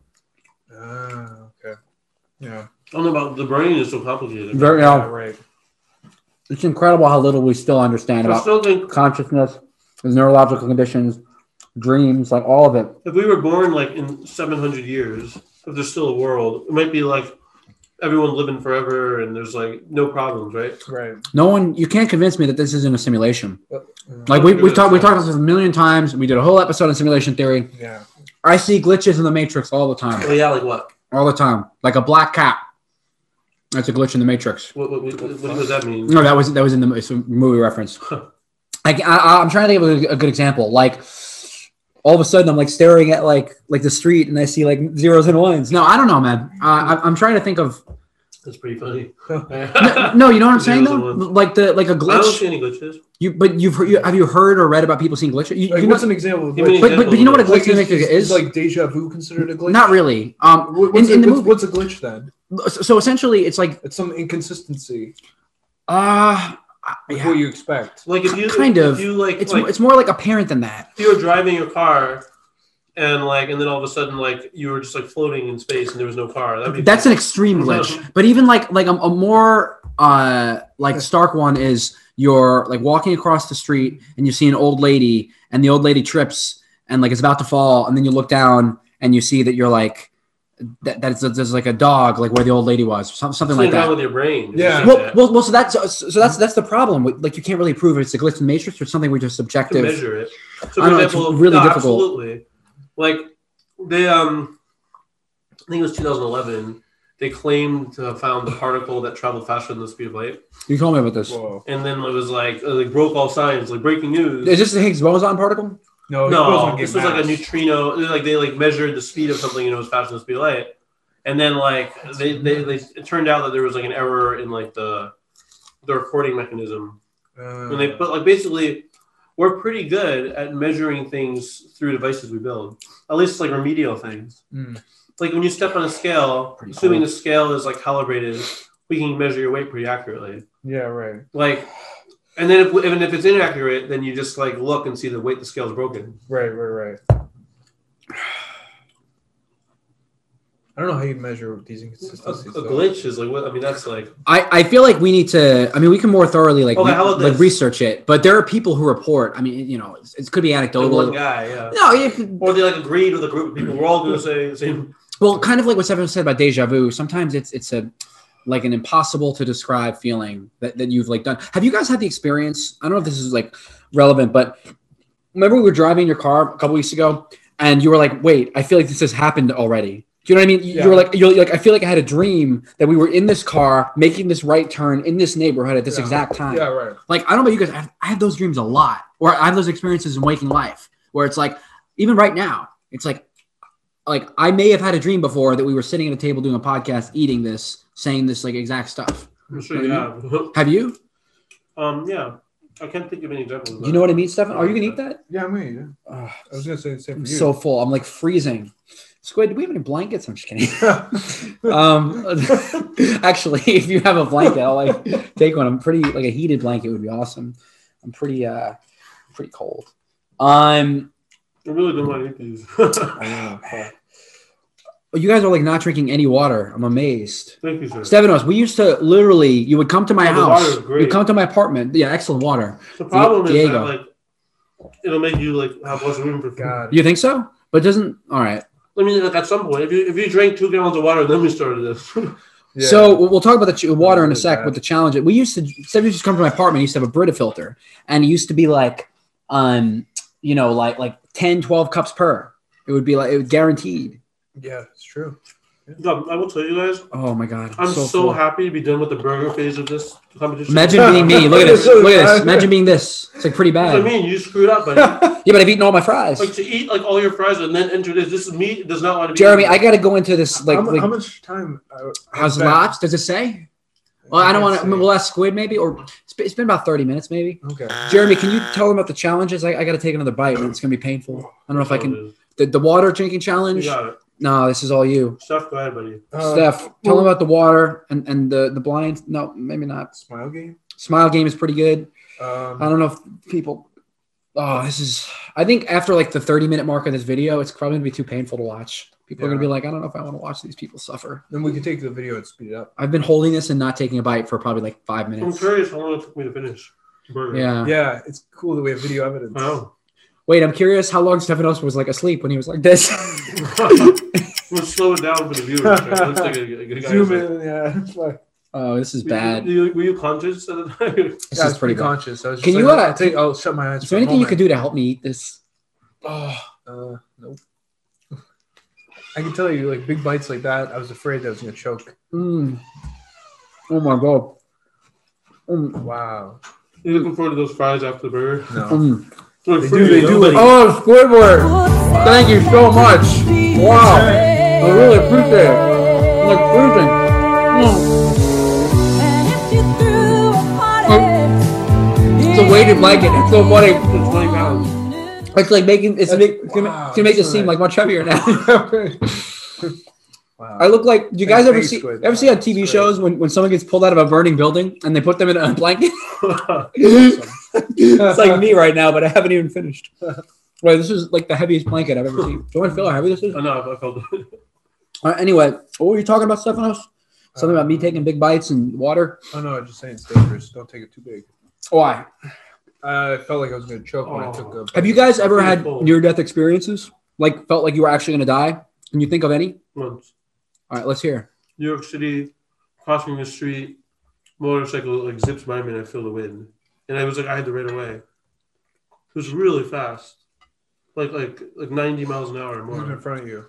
Speaker 3: Ah, okay. Yeah.
Speaker 4: I don't know about the brain is so complicated.
Speaker 2: Very, you
Speaker 3: yeah
Speaker 2: know,
Speaker 3: right.
Speaker 2: it's incredible how little we still understand
Speaker 4: I
Speaker 2: about
Speaker 4: still think
Speaker 2: consciousness, his neurological conditions, dreams, like all of it.
Speaker 4: if we were born like in 700 years, if there's still a world, it might be like everyone living forever and there's like no problems, right?
Speaker 3: Right.
Speaker 2: No one, you can't convince me that this isn't a simulation.
Speaker 3: Mm,
Speaker 2: Like we, we've talked, we talked about this a million times. We did a whole episode on simulation theory.
Speaker 3: yeah.
Speaker 2: I see glitches in the matrix all the
Speaker 4: Oh
Speaker 2: time,
Speaker 4: yeah, like what?
Speaker 2: all the time, like a black cat. That's a glitch in the matrix.
Speaker 4: What, what, what, what does that mean?
Speaker 2: No, that was that was in the it's a movie reference. I, I, I'm trying to think of a, a good example. Like all of a sudden, I'm like staring at like like the street, and I see like zeros and ones. No, I don't know, man. Uh, I, I'm trying to think of
Speaker 4: That's pretty funny.
Speaker 2: no,
Speaker 4: I
Speaker 2: no, you know what I'm saying
Speaker 4: Zeros
Speaker 2: though.
Speaker 4: and ones.
Speaker 2: Like the like a
Speaker 4: don't
Speaker 2: glitch.
Speaker 4: see any glitches.
Speaker 2: You but you've heard, you, have you heard or read about people seeing glitches? You,
Speaker 3: Like,
Speaker 2: you know,
Speaker 3: what's an example of
Speaker 4: You mean-
Speaker 3: glitch?
Speaker 2: but, but but you know what a glitch
Speaker 3: Like,
Speaker 2: in the matrix is?
Speaker 3: like deja vu considered a glitch?
Speaker 2: not really. Um,
Speaker 3: What-
Speaker 2: in,
Speaker 3: What's,
Speaker 2: in
Speaker 3: a,
Speaker 2: the
Speaker 3: what's,
Speaker 2: movie,
Speaker 3: what's a glitch then?
Speaker 2: so essentially, it's like
Speaker 3: It's some inconsistency
Speaker 2: uh
Speaker 3: with
Speaker 2: yeah.
Speaker 3: what you expect.
Speaker 4: Like if you
Speaker 2: Kind
Speaker 4: if
Speaker 2: of.
Speaker 4: you like
Speaker 2: it's
Speaker 4: like
Speaker 2: it's more like apparent than that.
Speaker 4: if you were driving your car and like and then all of a sudden like you were just like floating in space and there was no car. That'd be
Speaker 2: That's an extreme glitch. But even like like a, a more uh like stark one is you're like walking across the street and you see an old lady and the old lady trips and like it's about to fall and then you look down and you see that you're like that that's there's like a dog like where the old lady was some- something
Speaker 4: something
Speaker 2: like
Speaker 4: wrong
Speaker 2: that.
Speaker 4: with your brain.
Speaker 3: Yeah.
Speaker 2: Well, well, well, so that's so that's that's the problem. with- Like you can't really prove if it's a glitch in the matrix or something where you're
Speaker 4: to
Speaker 2: subjective.
Speaker 4: measure it. So,
Speaker 2: I
Speaker 4: for
Speaker 2: know, it's
Speaker 4: example,
Speaker 2: really
Speaker 4: no,
Speaker 2: difficult.
Speaker 4: Absolutely. Like they, um, I think it was 2011. They claimed to have found the particle that traveled faster than the speed of light,
Speaker 2: You told me about this.
Speaker 3: Whoa.
Speaker 4: and then it was like, uh, like broke all science, like breaking news.
Speaker 2: Is this the Higgs boson particle?
Speaker 3: No, Oh, it goes
Speaker 4: no,
Speaker 3: on
Speaker 4: this
Speaker 3: game
Speaker 4: was like a
Speaker 3: maps.
Speaker 4: neutrino. Like they like measured the speed of something, and it was faster than the speed of light. And then like they, they, they it turned out that there was like an error in like the the recording mechanism
Speaker 3: Uh,
Speaker 4: when they but like basically we're pretty good at measuring things through devices we build at least like remedial things
Speaker 3: Mm.
Speaker 4: like when you step on a scale
Speaker 2: Hmm. Pretty
Speaker 4: assuming
Speaker 2: cool.
Speaker 4: the scale is like calibrated we can measure your weight pretty accurately
Speaker 3: yeah, right.
Speaker 4: like and then if even if it's inaccurate then you just like look and see the weight the scale's broken
Speaker 3: Right, right, right. I don't know how you measure these
Speaker 4: a, a
Speaker 3: inconsistencies. though.
Speaker 4: glitch is like what i mean that's like
Speaker 2: I, I feel like we need to. I mean, we can more thoroughly like
Speaker 4: Okay,
Speaker 2: re-
Speaker 4: how about
Speaker 2: like
Speaker 4: this?
Speaker 2: research it. But there are people who report. I mean, you know, it's- it could be
Speaker 4: the
Speaker 2: anecdotal.
Speaker 4: one guy yeah
Speaker 2: No, it,
Speaker 4: or they like agreed with a group of people we're all going to say the same
Speaker 2: well, kind of like what Stefan said about deja vu. Sometimes it's it's a like an impossible to describe feeling that, that you've like done. Have you guys had the experience? I don't know if this is like relevant, but remember we were driving in your car a couple weeks ago, and you were like, "Wait, I feel like this has happened already." Do you know what I mean? You, you were like, "You're like, I feel like I had a dream that we were in this car making this right turn in this neighborhood at this
Speaker 3: Yeah.
Speaker 2: exact time."
Speaker 3: Yeah, right.
Speaker 2: like I don't know about you guys, I have, I have those dreams a lot, or I have those experiences in waking life where it's like, even right now, it's like, like I may have had a dream before that we were sitting at a table doing a podcast, eating this, saying this like exact stuff.
Speaker 4: i'm sure you have
Speaker 2: Have you?
Speaker 4: um yeah i can't think of any examples of
Speaker 2: You know what I mean, Stefan? Are you gonna eat that?
Speaker 3: Yeah, I mean, yeah. I was gonna say the same.
Speaker 2: I'm
Speaker 3: for you.
Speaker 2: so full. I'm like freezing. Squid, do we have any blankets? I'm just kidding.
Speaker 3: yeah,
Speaker 2: Um, actually, if you have a blanket, I'll like take one. I'm pretty like a heated blanket would be awesome. I'm pretty uh, pretty cold. Um,
Speaker 4: I really don't want to eat these. Thank
Speaker 2: Well, you guys are like not drinking any water. I'm amazed.
Speaker 4: you, sir.
Speaker 2: Stefanos, we used to literally, you would come to my
Speaker 4: Oh, the water
Speaker 2: house.
Speaker 4: is great.
Speaker 2: You'd come to my apartment. Yeah, excellent water.
Speaker 4: the problem is
Speaker 2: Diego.
Speaker 4: that like it'll make you like have less room for food.
Speaker 3: God.
Speaker 2: You think so? But it doesn't, all right.
Speaker 4: I mean, like at some point, if you if you drank two gallons of water, then we started this.
Speaker 3: Yeah.
Speaker 2: So we'll we'll talk about the ch- water in a
Speaker 3: Really
Speaker 2: sec
Speaker 3: bad.
Speaker 2: with the challenge. We used to, Stefanos used to come to my apartment. He used to have a Brita filter and it used to be like, um, you know, like, like 10, 12 cups per. It would be like, it was guaranteed.
Speaker 3: yeah, it's true.
Speaker 4: No, I will tell you guys,
Speaker 2: Oh my god.
Speaker 4: I'm so,
Speaker 2: full.
Speaker 4: happy to be done with the burger phase of this competition.
Speaker 2: Imagine being me. Look at this. Look at this. Imagine being this. It's like pretty
Speaker 4: That's what I
Speaker 2: bad.
Speaker 4: mean, you screwed up, buddy.
Speaker 2: Yeah, but I've eaten all my fries.
Speaker 4: like to eat like all your fries and then enter this. This meat does not want to be.
Speaker 2: Jeremy, I gotta go into this like
Speaker 3: how, mu-
Speaker 2: like
Speaker 3: how much time? Uh,
Speaker 2: how's
Speaker 3: back?
Speaker 2: laps? Does it say? Well, I don't
Speaker 3: can't
Speaker 2: want to.
Speaker 3: see.
Speaker 2: We'll ask Squid maybe, or it's been, it's been about thirty minutes maybe.
Speaker 3: Okay.
Speaker 2: Jeremy, can you tell them about the challenges? I, I got to take another bite, and it's gonna be painful. I don't know if I can. The, the water drinking
Speaker 4: You
Speaker 2: challenge.
Speaker 4: got it.
Speaker 2: No, this is all you,
Speaker 4: Steph, go ahead, buddy.
Speaker 3: Uh,
Speaker 2: Steph. Tell them about the water and and the the blind. No, maybe not.
Speaker 3: Smile game.
Speaker 2: Smile game is pretty good. I
Speaker 3: Um,
Speaker 2: don't know if people. Oh, this is. I think after like the 30 minute mark of this video, it's probably gonna be too painful to watch. People are gonna be like, I don't know if I want to watch these people suffer.
Speaker 3: then we can take the video and speed it up.
Speaker 2: I've been holding this and not taking a bite for probably like five
Speaker 4: I'm
Speaker 2: minutes.
Speaker 4: curious how long it took me to finish the burger.
Speaker 2: Yeah.
Speaker 3: Yeah, it's cool that we have video evidence.
Speaker 4: Wow.
Speaker 2: Wait, I'm curious how long Stefanos was like asleep when he was like this.
Speaker 4: Let's slow it down for the viewers. right? Let's take a, a good
Speaker 3: Zoom in. Yeah, it's like-
Speaker 2: oh, this is
Speaker 4: Were you-
Speaker 2: bad.
Speaker 4: Were you, were you conscious at the time?
Speaker 2: This
Speaker 3: Yeah, I
Speaker 2: is
Speaker 3: was
Speaker 2: pretty bad.
Speaker 3: conscious. I was
Speaker 2: Can
Speaker 3: just
Speaker 2: you,
Speaker 3: like,
Speaker 2: uh,
Speaker 3: I'll take, I'll shut my eyes.
Speaker 2: Is there anything you could do to help me eat this?
Speaker 3: Oh, uh, nope. I can tell you, like big bites like that, I was afraid that I was gonna choke.
Speaker 2: Mm. Oh my god. Mm,
Speaker 3: Wow.
Speaker 4: You looking forward to those fries after the burger?
Speaker 3: No.
Speaker 2: mm.
Speaker 4: They
Speaker 3: do, they do.
Speaker 2: Oh, Squidward! Thank you so much. Wow, I really appreciate it. I'm like freezing. Mm. It's a weighted blanket. It's um, so funny.
Speaker 4: It's 20 pounds.
Speaker 2: It's like making it's, make, it's gonna-
Speaker 3: wow,
Speaker 2: it's gonna make this
Speaker 3: that's
Speaker 2: seem
Speaker 3: nice.
Speaker 2: like much heavier now.
Speaker 3: Wow.
Speaker 2: I look like. Do you guys
Speaker 3: Thank-
Speaker 2: ever
Speaker 3: thanks,
Speaker 2: see
Speaker 3: Squid.
Speaker 2: ever see on TV
Speaker 3: Squid.
Speaker 2: shows when, when someone gets pulled out of a burning building and they put them in a blanket? it's like me right now, but I haven't even finished. Right, this is like the heaviest blanket I've ever seen. Do you want to feel how heavy this is?
Speaker 4: Oh, no, I felt it.
Speaker 2: Uh, anyway, what were you talking about, Stefanos? Something about me taking big bites and water. Oh,
Speaker 3: Oh no, I'm just saying, it's dangerous. Don't take it too big. Uh,
Speaker 2: Why?
Speaker 3: I felt like I was gonna choke when I
Speaker 4: Oh.
Speaker 3: took a.
Speaker 2: Have you guys ever had
Speaker 4: Beautiful.
Speaker 2: near death experiences? Like felt like you were actually going to die? Can you think of any?
Speaker 4: Once.
Speaker 2: All right, let's hear.
Speaker 4: New York City, crossing the street, motorcycle like zips by me and I feel the wind. And I was like, I had to right away. It was really fast. Like like like 90 miles an hour or
Speaker 3: Who's in
Speaker 4: more.
Speaker 3: front of you?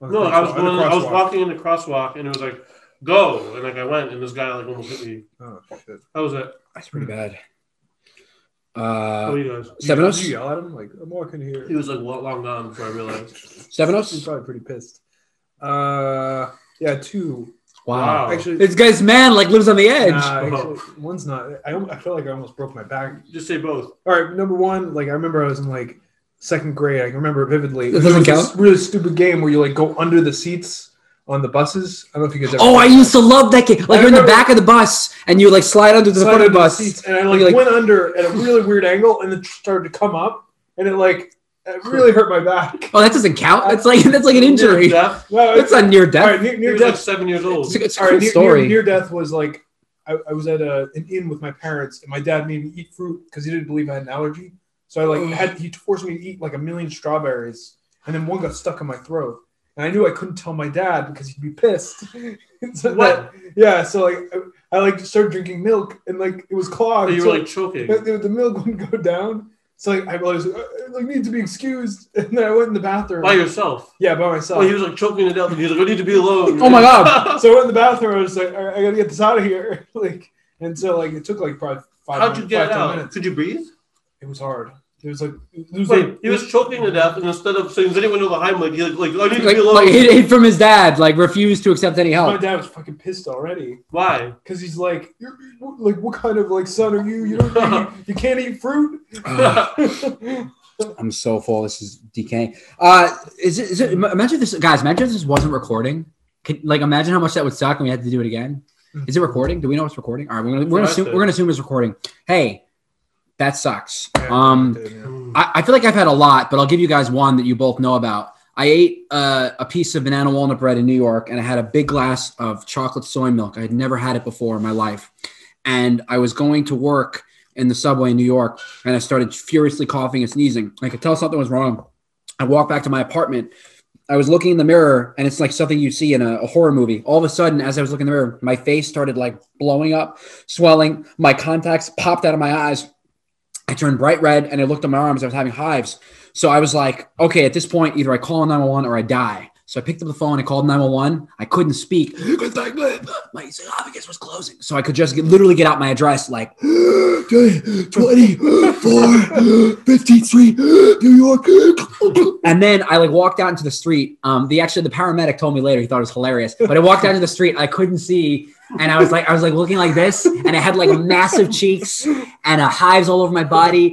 Speaker 3: On the
Speaker 4: No, I was
Speaker 3: crosswalk- on the
Speaker 4: going I was
Speaker 3: crosswalk.
Speaker 4: walking in the crosswalk and it was like, go. And like I went and this guy like almost hit me.
Speaker 3: Oh shit.
Speaker 4: That was it.
Speaker 2: That's pretty bad.
Speaker 4: How are
Speaker 2: Uh,
Speaker 4: you guys?
Speaker 3: Did you-
Speaker 2: Stefanos?
Speaker 3: did you yell at him like I'm walking here.
Speaker 4: He was like wa- long gone before I realized.
Speaker 3: He's
Speaker 2: Stefanos?
Speaker 3: probably pretty pissed. Uh, yeah, two.
Speaker 2: Wow.
Speaker 4: Wow.
Speaker 3: Actually,
Speaker 2: This guy's man like lives on the Oh. edge. Oh.
Speaker 3: Nah, actually, one's not. I, al- I felt like I almost broke my back.
Speaker 4: Just say both.
Speaker 3: All right, number one, like I remember I was in like second grade. I can remember it vividly.
Speaker 2: It doesn't
Speaker 3: was this
Speaker 2: count?
Speaker 3: Really stupid game where you like go under the seats on the buses. I don't know if you guys. Ever
Speaker 2: oh, I used to love that game. Like
Speaker 3: I
Speaker 2: you're in the
Speaker 3: remember-
Speaker 2: back of the bus and you like slide under the
Speaker 3: Slide
Speaker 2: front of
Speaker 3: under
Speaker 2: the bus.
Speaker 3: seats, and I like,
Speaker 2: You're like-
Speaker 3: went under at a really weird angle, and then started to come up, and it like it really hurt my back.
Speaker 2: Oh, that doesn't count. That's like that's like an injury.
Speaker 4: Near death.
Speaker 3: No,
Speaker 2: That's not near death.
Speaker 3: all right, near,
Speaker 4: He
Speaker 3: near
Speaker 4: was like
Speaker 3: death.
Speaker 4: seven years old.
Speaker 2: It's a, it's a
Speaker 3: All
Speaker 2: cool
Speaker 3: right, near,
Speaker 2: story.
Speaker 3: Near, near death was like I, I was at a, an inn with my parents, and my dad made me eat fruit because he didn't believe I had an allergy. So I like had he forced me to eat like a million strawberries, and then one got stuck in my throat, and I knew I couldn't tell my dad because he'd be pissed. so
Speaker 4: What?
Speaker 3: that- yeah, so like I, I like started drinking milk, and like it was
Speaker 4: So
Speaker 3: clogged.
Speaker 4: you
Speaker 3: so
Speaker 4: were like choking.
Speaker 3: the, the- the milk wouldn't go down. So like I was uh, it, like needs to be excused, and then I went in the bathroom.
Speaker 4: By yourself.
Speaker 3: yeah, by myself.
Speaker 4: Well, he was like choking to death. and He was like, I need to be alone.
Speaker 2: Oh my God.
Speaker 3: so I went in the bathroom. I was like, All right, I gotta get this out of here. Like, and so like it took like probably five.
Speaker 4: How'd you
Speaker 3: minutes-
Speaker 4: get
Speaker 3: five, ten
Speaker 4: out?
Speaker 3: Minutes.
Speaker 4: Could you breathe?
Speaker 3: It was hard. It was like it was
Speaker 4: Wait,
Speaker 3: like
Speaker 4: he was choking to death, and instead of saying, Does anyone know the Heimlich? He like, like, I need to
Speaker 2: like,
Speaker 4: be alone.
Speaker 2: like hid, hid from his dad, like refused to accept any
Speaker 3: my
Speaker 2: help.
Speaker 3: dad was fucking pissed already
Speaker 4: Why?
Speaker 3: because he's like, You're, like what kind of like son are you? You don't you, you can't eat fruit.
Speaker 2: I'm so full. This is decaying. Uh, is it, is it? Imagine if this, guys. Imagine if this wasn't recording. Could, like, imagine how much that would suck, and we had to do it again. Is it recording? Do we know it's recording? All right, we're gonna we're gonna
Speaker 4: That's
Speaker 2: assume,
Speaker 4: it.
Speaker 2: we're gonna assume it's recording. Hey, that sucks.
Speaker 3: Yeah,
Speaker 2: Um,
Speaker 3: yeah.
Speaker 2: I, I feel like I've had a lot, but I'll give you guys one that you both know about. I ate uh, a piece of banana walnut bread in New York, and I had a big glass of chocolate soy milk. I had never had it before in my life, and I was going to work in the subway in New York, and I started furiously coughing and sneezing. I could tell something was wrong. I walked back to my apartment. I was looking in the mirror, and it's like something you see in a, a horror movie. All of a sudden, as I was looking in the mirror, my face started like blowing up, swelling. My contacts popped out of my eyes. I turned bright red and I looked at my arms. I was having hives. So I was like, okay, at this point, either I call 911 or I die. So I picked up the phone. I called 911. I couldn't speak. My esophagus was closing. So I could just get, literally get out my address like 24, 15th Street, New York. And then I like walked out into the street. Um, the actually the paramedic told me later he thought it was hilarious, but I walked out into the street. I couldn't see, and I was like I was like looking like this, and I had like massive cheeks and uh, hives all over my body.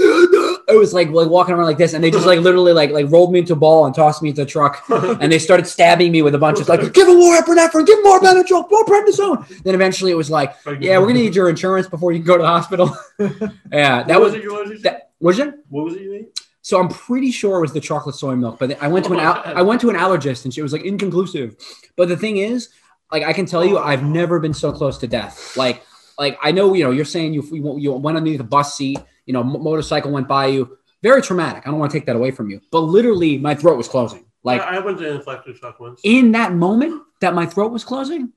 Speaker 2: It was like like walking around like this, and they just like literally like like rolled me into a ball and tossed me into a truck, and they started stabbing me with a bunch of like give him more epinephrine, give him more Benadryl, more prednisone. Then eventually it was like, yeah, we're gonna need your insurance before you can go to the hospital. yeah, that
Speaker 4: What
Speaker 2: was
Speaker 4: it you wanted to say?
Speaker 2: that was it.
Speaker 4: What was it you ate?
Speaker 2: So I'm pretty sure it was the chocolate soy milk, but I went to an al- I went to an allergist and she was like inconclusive. But the thing is, like I can tell you, I've never been so close to death. Like like I know you know you're saying you you, you went underneath a bus seat, you know, m- motorcycle went by you, very traumatic. I don't want to take that away from you, but literally my throat was closing. Like
Speaker 4: I, I went to anaphylactic shock once.
Speaker 2: in that moment that my throat was closing,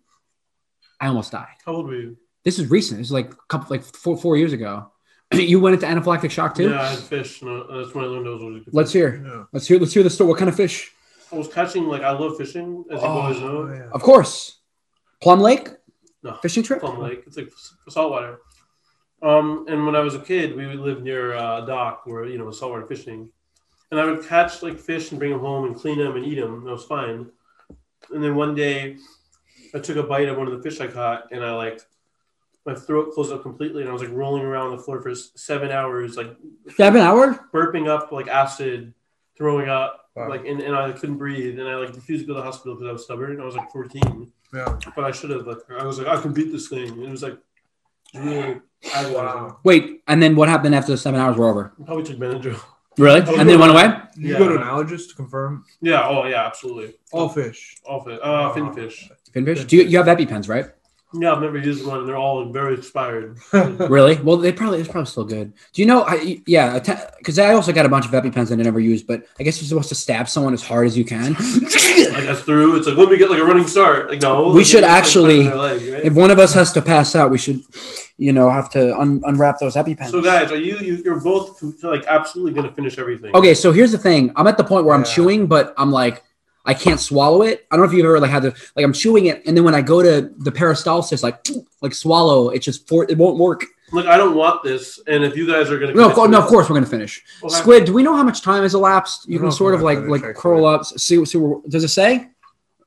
Speaker 2: I almost died.
Speaker 4: How old were you?
Speaker 2: This is recent. This is like a couple like four four years ago. you went into anaphylactic shock too.
Speaker 4: Yeah, I had fish. And I- that's when I learned I was allergic to
Speaker 2: Let's
Speaker 4: fish.
Speaker 2: hear. Let's hear. Let's hear the story. What kind of fish?
Speaker 4: I was catching, like, I love fishing, as you
Speaker 3: Oh,
Speaker 4: always
Speaker 2: Oh,
Speaker 4: know.
Speaker 3: yeah.
Speaker 2: Of course. Plum Lake?
Speaker 4: No.
Speaker 2: Fishing trip?
Speaker 4: Plum Lake. It's like s- saltwater. Um, and when I was a kid, we would live near uh, a dock where you know was saltwater fishing, and I would catch like fish and bring them home and clean them and eat them. And I was fine. And then one day, I took a bite of one of the fish I caught, and I like my throat closed up completely, and I was like rolling around on the floor for s- seven hours, like
Speaker 2: Seven hour?
Speaker 4: burping up like acid, throwing up,
Speaker 3: Wow.
Speaker 4: like and, and I couldn't breathe, and I like refused to go to the hospital because I was stubborn. I was like 14
Speaker 3: Yeah.
Speaker 4: but I should have. Like, I was like, I can beat this thing. And it was like, really, I wow.
Speaker 2: Wait, and then what happened after the seven hours were over?
Speaker 4: probably took Benadryl.
Speaker 2: Really?
Speaker 4: Oh,
Speaker 2: and then went away?
Speaker 3: Did you
Speaker 4: Yeah.
Speaker 3: go to an allergist to confirm
Speaker 4: Yeah. Oh, yeah. Absolutely.
Speaker 3: all fish?
Speaker 4: All fish. Uh, fin fish.
Speaker 2: Finfish? Do you, you have EpiPens, right?
Speaker 4: Yeah, I've never used one. and They're all very expired.
Speaker 2: really? Well, they probably, it's probably still good. Do you know, I, yeah, because I also got a bunch of EpiPens that I never used, but I guess you're supposed to stab someone as hard as you can.
Speaker 4: Like that's through. It's like let me get like a running start. Like no.
Speaker 2: We
Speaker 4: like,
Speaker 2: should
Speaker 4: it's, like,
Speaker 2: actually-
Speaker 4: cut in their leg,
Speaker 2: if one of us has to pass out, we should, you know, have to un- unwrap those EpiPens.
Speaker 4: right? So guys, are you, you you're both like absolutely gonna finish everything?
Speaker 2: Okay, so here's the thing. I'm at the point where I'm
Speaker 3: Yeah.
Speaker 2: chewing, but I'm like, I can't swallow it. I don't know if you've ever like had to like I'm chewing it, and then when I go to the peristalsis, like like swallow, it just for it won't work.
Speaker 4: Like I don't want this. And if you guys are gonna
Speaker 2: No, of
Speaker 4: commit
Speaker 2: course,
Speaker 4: to
Speaker 2: no,
Speaker 4: it-
Speaker 2: of course we're gonna finish.
Speaker 4: Okay.
Speaker 2: Squid, do we know how much time has elapsed? You
Speaker 3: I don't
Speaker 2: can
Speaker 3: know
Speaker 2: sort
Speaker 3: if
Speaker 2: of like
Speaker 3: I'm gonna
Speaker 2: like
Speaker 3: check
Speaker 2: curl up, see see where- does it say,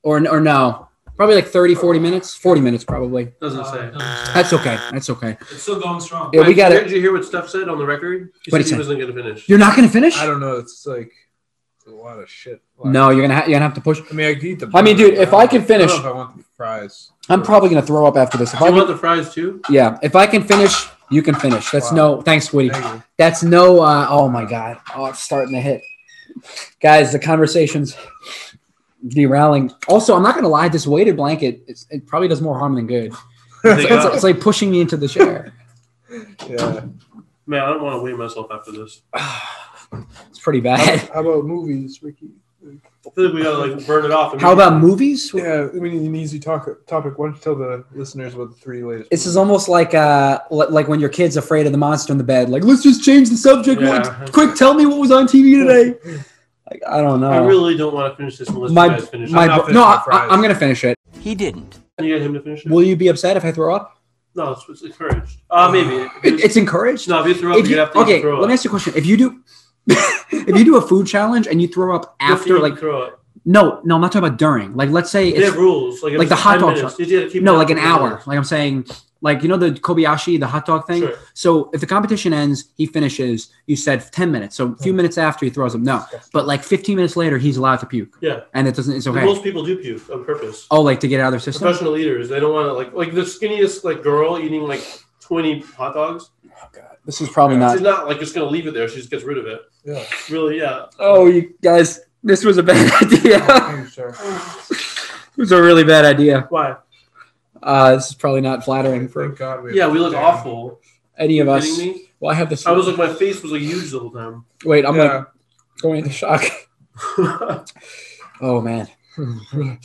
Speaker 2: or or no? Probably like 30, 40 minutes, forty minutes probably.
Speaker 4: doesn't
Speaker 6: Uh,
Speaker 4: say.
Speaker 6: no,
Speaker 2: That's okay. That's okay.
Speaker 6: it's still going strong.
Speaker 2: Yeah, we
Speaker 4: Mike,
Speaker 2: got
Speaker 4: did
Speaker 2: it.
Speaker 4: you hear what Steph said on the record? He
Speaker 2: What'd
Speaker 4: said
Speaker 2: he
Speaker 4: he
Speaker 2: say?
Speaker 4: wasn't gonna finish.
Speaker 2: You're not gonna finish?
Speaker 3: I don't know. It's like it's a lot of shit. Like,
Speaker 2: No, you're gonna ha- you're gonna have to push.
Speaker 3: I mean, I could eat the.
Speaker 2: I mean, dude, if I can
Speaker 3: I don't
Speaker 2: finish,
Speaker 3: know if I want the fries.
Speaker 2: I'm probably gonna throw up after this. If
Speaker 4: Do
Speaker 2: I
Speaker 4: you
Speaker 2: can-
Speaker 4: want the fries too?
Speaker 2: Yeah, if I can finish, you can finish. That's
Speaker 3: Wow.
Speaker 2: no thanks, Woody.
Speaker 3: Thank you.
Speaker 2: That's no. Uh, oh my God! Oh, it's starting to hit, guys. The conversations derailing. Also, I'm not gonna lie. This weighted blanket it's, it probably does more harm than good. It's,
Speaker 4: They
Speaker 2: it's-
Speaker 4: got-
Speaker 2: it's like pushing me into the chair.
Speaker 3: Yeah.
Speaker 4: Man, I don't want to weigh myself after this.
Speaker 2: It's pretty
Speaker 3: How,
Speaker 2: bad.
Speaker 3: how about movies, Ricky?
Speaker 4: I feel like we gotta like burn it off. and-
Speaker 2: How about movies?
Speaker 3: Yeah, I mean, an easy talk, topic. Why don't you tell the listeners about the three latest?
Speaker 2: This is almost like uh li- like when your kid's afraid of the monster in the bed. Like let's just change the subject.
Speaker 4: Yeah.
Speaker 2: Quick, tell me what was on TV today. Like I don't know.
Speaker 4: I really don't want to finish this unless
Speaker 2: uh, my
Speaker 4: you guys finish.
Speaker 2: my
Speaker 4: I'm not
Speaker 2: no,
Speaker 4: finishing
Speaker 2: I,
Speaker 4: the
Speaker 2: I-
Speaker 4: fries.
Speaker 2: I'm gonna finish it.
Speaker 7: He didn't.
Speaker 4: Can you get him to finish it?
Speaker 2: Will you be upset if I throw up?
Speaker 4: no, it's, it's encouraged. Uh, maybe.
Speaker 2: It, it's encouraged.
Speaker 4: no, if you throw up,
Speaker 2: If
Speaker 4: you,
Speaker 2: you-
Speaker 4: have to
Speaker 2: okay,
Speaker 4: throw
Speaker 2: let me
Speaker 4: up.
Speaker 2: ask you a question. If you do, if you do a food challenge and you throw up
Speaker 4: You have to
Speaker 2: after,
Speaker 4: eat
Speaker 2: like
Speaker 4: throw up.
Speaker 2: no, no, I'm not talking about during. Like let's say
Speaker 4: They have
Speaker 2: it's
Speaker 4: rules. Like, if
Speaker 2: like
Speaker 4: it's
Speaker 2: the hot
Speaker 4: 10
Speaker 2: dog
Speaker 4: minutes,
Speaker 2: shop.
Speaker 4: you gotta keep it
Speaker 2: no,
Speaker 4: up
Speaker 2: like
Speaker 4: for
Speaker 2: an
Speaker 4: 10
Speaker 2: hour.
Speaker 4: minutes.
Speaker 2: Like I'm saying, like you know the Kobayashi, the hot dog thing.
Speaker 4: Sure.
Speaker 2: So if the competition ends, he finishes. You said ten minutes. So a few minutes after he throws up, no, but like 15 minutes later, he's allowed to puke,
Speaker 4: Yeah,
Speaker 2: and it doesn't. It's okay.
Speaker 4: most people do puke on purpose.
Speaker 2: oh, like to get it out of their system.
Speaker 4: Professional eaters, they don't want to like like the skinniest like girl eating like twenty hot dogs.
Speaker 2: This is probably not.
Speaker 4: She's not like just gonna leave it there. She just gets rid of it.
Speaker 3: Yeah.
Speaker 4: Really, yeah.
Speaker 2: Oh, you guys, this was a bad idea.
Speaker 3: Thank you, sir.
Speaker 2: it was a really bad idea.
Speaker 4: Why?
Speaker 2: Uh, this is probably not flattering for
Speaker 3: Thank God we.
Speaker 4: Yeah, we look
Speaker 3: Damn.
Speaker 4: awful.
Speaker 2: any of
Speaker 4: You
Speaker 2: us.
Speaker 4: kidding me?
Speaker 2: Well, I have this.
Speaker 4: I was like, my face was like huge the whole time.
Speaker 2: Wait, I'm
Speaker 3: yeah.
Speaker 2: like going into shock. Oh man,
Speaker 3: There's really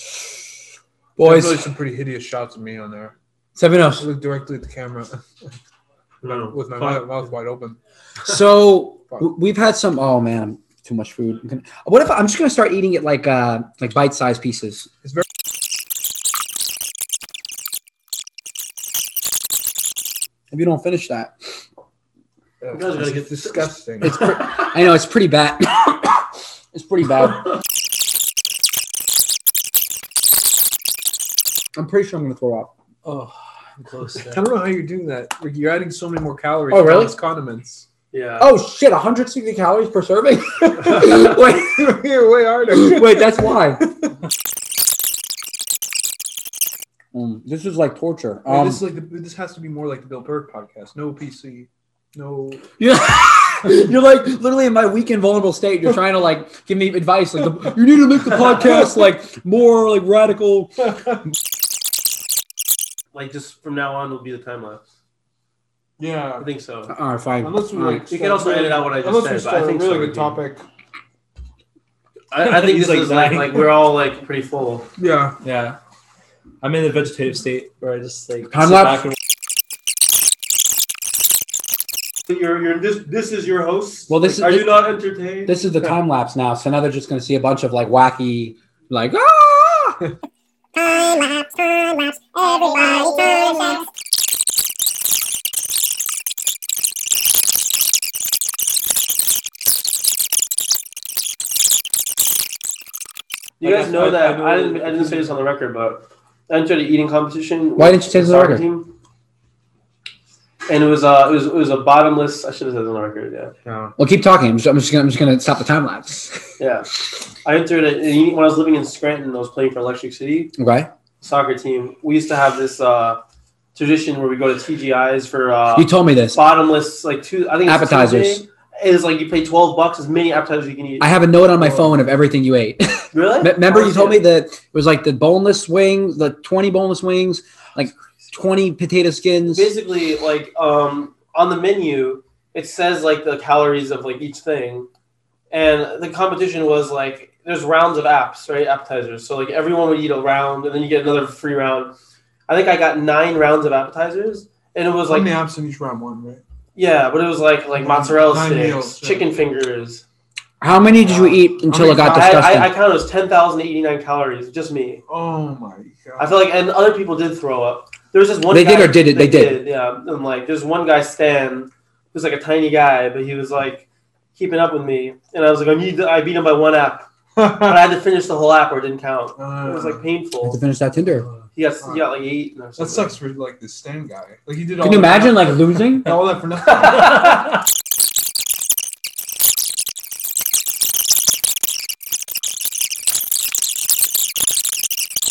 Speaker 2: boys,
Speaker 3: some pretty hideous shots of me on there.
Speaker 2: seven oh.
Speaker 3: I
Speaker 2: ups.
Speaker 3: looked directly at the camera
Speaker 4: No,
Speaker 3: with my
Speaker 4: fuck.
Speaker 3: mouth, mouth wide open.
Speaker 2: So w- we've had some. Oh man, too much food. I'm gonna- What if I'm just gonna start eating it like uh like bite sized pieces?
Speaker 3: It's very-
Speaker 2: If you don't finish that,
Speaker 3: You
Speaker 4: guys gotta get-
Speaker 3: disgusting.
Speaker 2: it's pre- I know it's pretty bad. it's pretty bad. I'm pretty sure I'm gonna throw up.
Speaker 6: Oh, I'm close.
Speaker 3: I don't know how you're doing that. Ricky. You're adding so many more calories.
Speaker 2: Oh, really?
Speaker 3: It's condiments.
Speaker 4: Yeah.
Speaker 2: Oh shit! 160 calories per serving. wait,
Speaker 3: you're way harder.
Speaker 2: wait, that's why. Mm, this is like torture.
Speaker 3: Wait,
Speaker 2: Um,
Speaker 3: this is like the, this has to be more like the Bill Burr podcast. No PC. No.
Speaker 2: You're, you're like literally in my weak and vulnerable state. You're trying to like give me advice, like the, you need to make the podcast like more like radical.
Speaker 4: Like just from now on will be the time lapse. I
Speaker 3: yeah.
Speaker 4: think so.
Speaker 2: All right, fine.
Speaker 3: Unless we
Speaker 2: All
Speaker 3: like,
Speaker 2: right.
Speaker 4: You
Speaker 3: start
Speaker 4: can also edit out what I just
Speaker 3: unless
Speaker 4: said,
Speaker 3: we
Speaker 4: but
Speaker 3: start
Speaker 4: I think
Speaker 3: a really
Speaker 4: so,
Speaker 3: good
Speaker 4: Ricky.
Speaker 3: topic.
Speaker 4: I, I think
Speaker 7: He's,
Speaker 4: this
Speaker 7: like,
Speaker 4: is like,
Speaker 7: dying.
Speaker 4: like we're all like pretty full.
Speaker 3: Yeah.
Speaker 7: Yeah. I'm in a vegetative state where I just like
Speaker 2: Time
Speaker 7: sit
Speaker 2: lapse.
Speaker 7: back and-
Speaker 4: You're, you're this this is your host.
Speaker 2: Well, this is-
Speaker 4: Like, are you not entertained?
Speaker 2: This is the time lapse now, so now they're just going to see a bunch of like wacky, like ah.
Speaker 8: Time lapse, time lapse, everybody time lapse.
Speaker 4: you
Speaker 7: Like,
Speaker 4: guys
Speaker 7: I-
Speaker 4: know
Speaker 7: I-
Speaker 4: that
Speaker 7: I-
Speaker 4: I, didn't I didn't say this on the record, but I entered an eating competition.
Speaker 2: Why
Speaker 4: with
Speaker 2: didn't you say this on the
Speaker 4: soccer
Speaker 2: record?
Speaker 4: Team, and it was uh it was it was a bottomless. I should have said it on the record. Yeah.
Speaker 2: Well, keep talking. I'm just, I'm just going. I'm just going to stop the time lapse.
Speaker 4: Yeah, I entered it and when I was living in Scranton. I was playing for Electric City
Speaker 2: Okay.
Speaker 4: soccer team. We used to have this uh, tradition where we go to TGI's for uh,
Speaker 2: You told me this.
Speaker 4: bottomless, like two. I think it's
Speaker 2: Appetizers.
Speaker 4: Tuesday. It's like you pay twelve bucks as many appetizers you can eat.
Speaker 2: I have a note on my phone of everything you ate.
Speaker 4: really?
Speaker 2: Me- Remember, you told me
Speaker 4: Yeah.
Speaker 2: that it was like the boneless wings, the 20 boneless wings, like 20 potato skins.
Speaker 4: Basically, like um, on the menu, it says like the calories of like each thing, and the competition was like there's rounds of apps, right? Appetizers. So like everyone would eat a round, and then you get another free round. I think I got nine rounds of appetizers, and it was
Speaker 3: How
Speaker 4: like
Speaker 3: many apps in each round one, right?
Speaker 4: yeah, but it was like like mozzarella
Speaker 3: Nine
Speaker 4: sticks,
Speaker 3: meals, yeah.
Speaker 4: chicken fingers.
Speaker 2: How many did you eat until it got
Speaker 4: I,
Speaker 2: disgusting?
Speaker 4: I, I counted it was ten thousand eighty nine calories, just me.
Speaker 3: Oh my god.
Speaker 4: I feel like, and other people did throw up. There was this one.
Speaker 2: They
Speaker 4: guy,
Speaker 2: did or did it? They did.
Speaker 4: Yeah, and like there's one guy Stan, who's like a tiny guy, but he was like keeping up with me, and I was like, I need. To, I beat him by one app, but I had to finish the whole app or it didn't count. It was like
Speaker 2: I have to
Speaker 4: painful.
Speaker 2: finish that Tinder.
Speaker 4: He got he got like eight. Or
Speaker 3: Uh, that
Speaker 4: something.
Speaker 3: sucks for like this Stan guy. Like he did. all
Speaker 2: Can you
Speaker 3: that-
Speaker 2: imagine like losing?
Speaker 3: all that for nothing?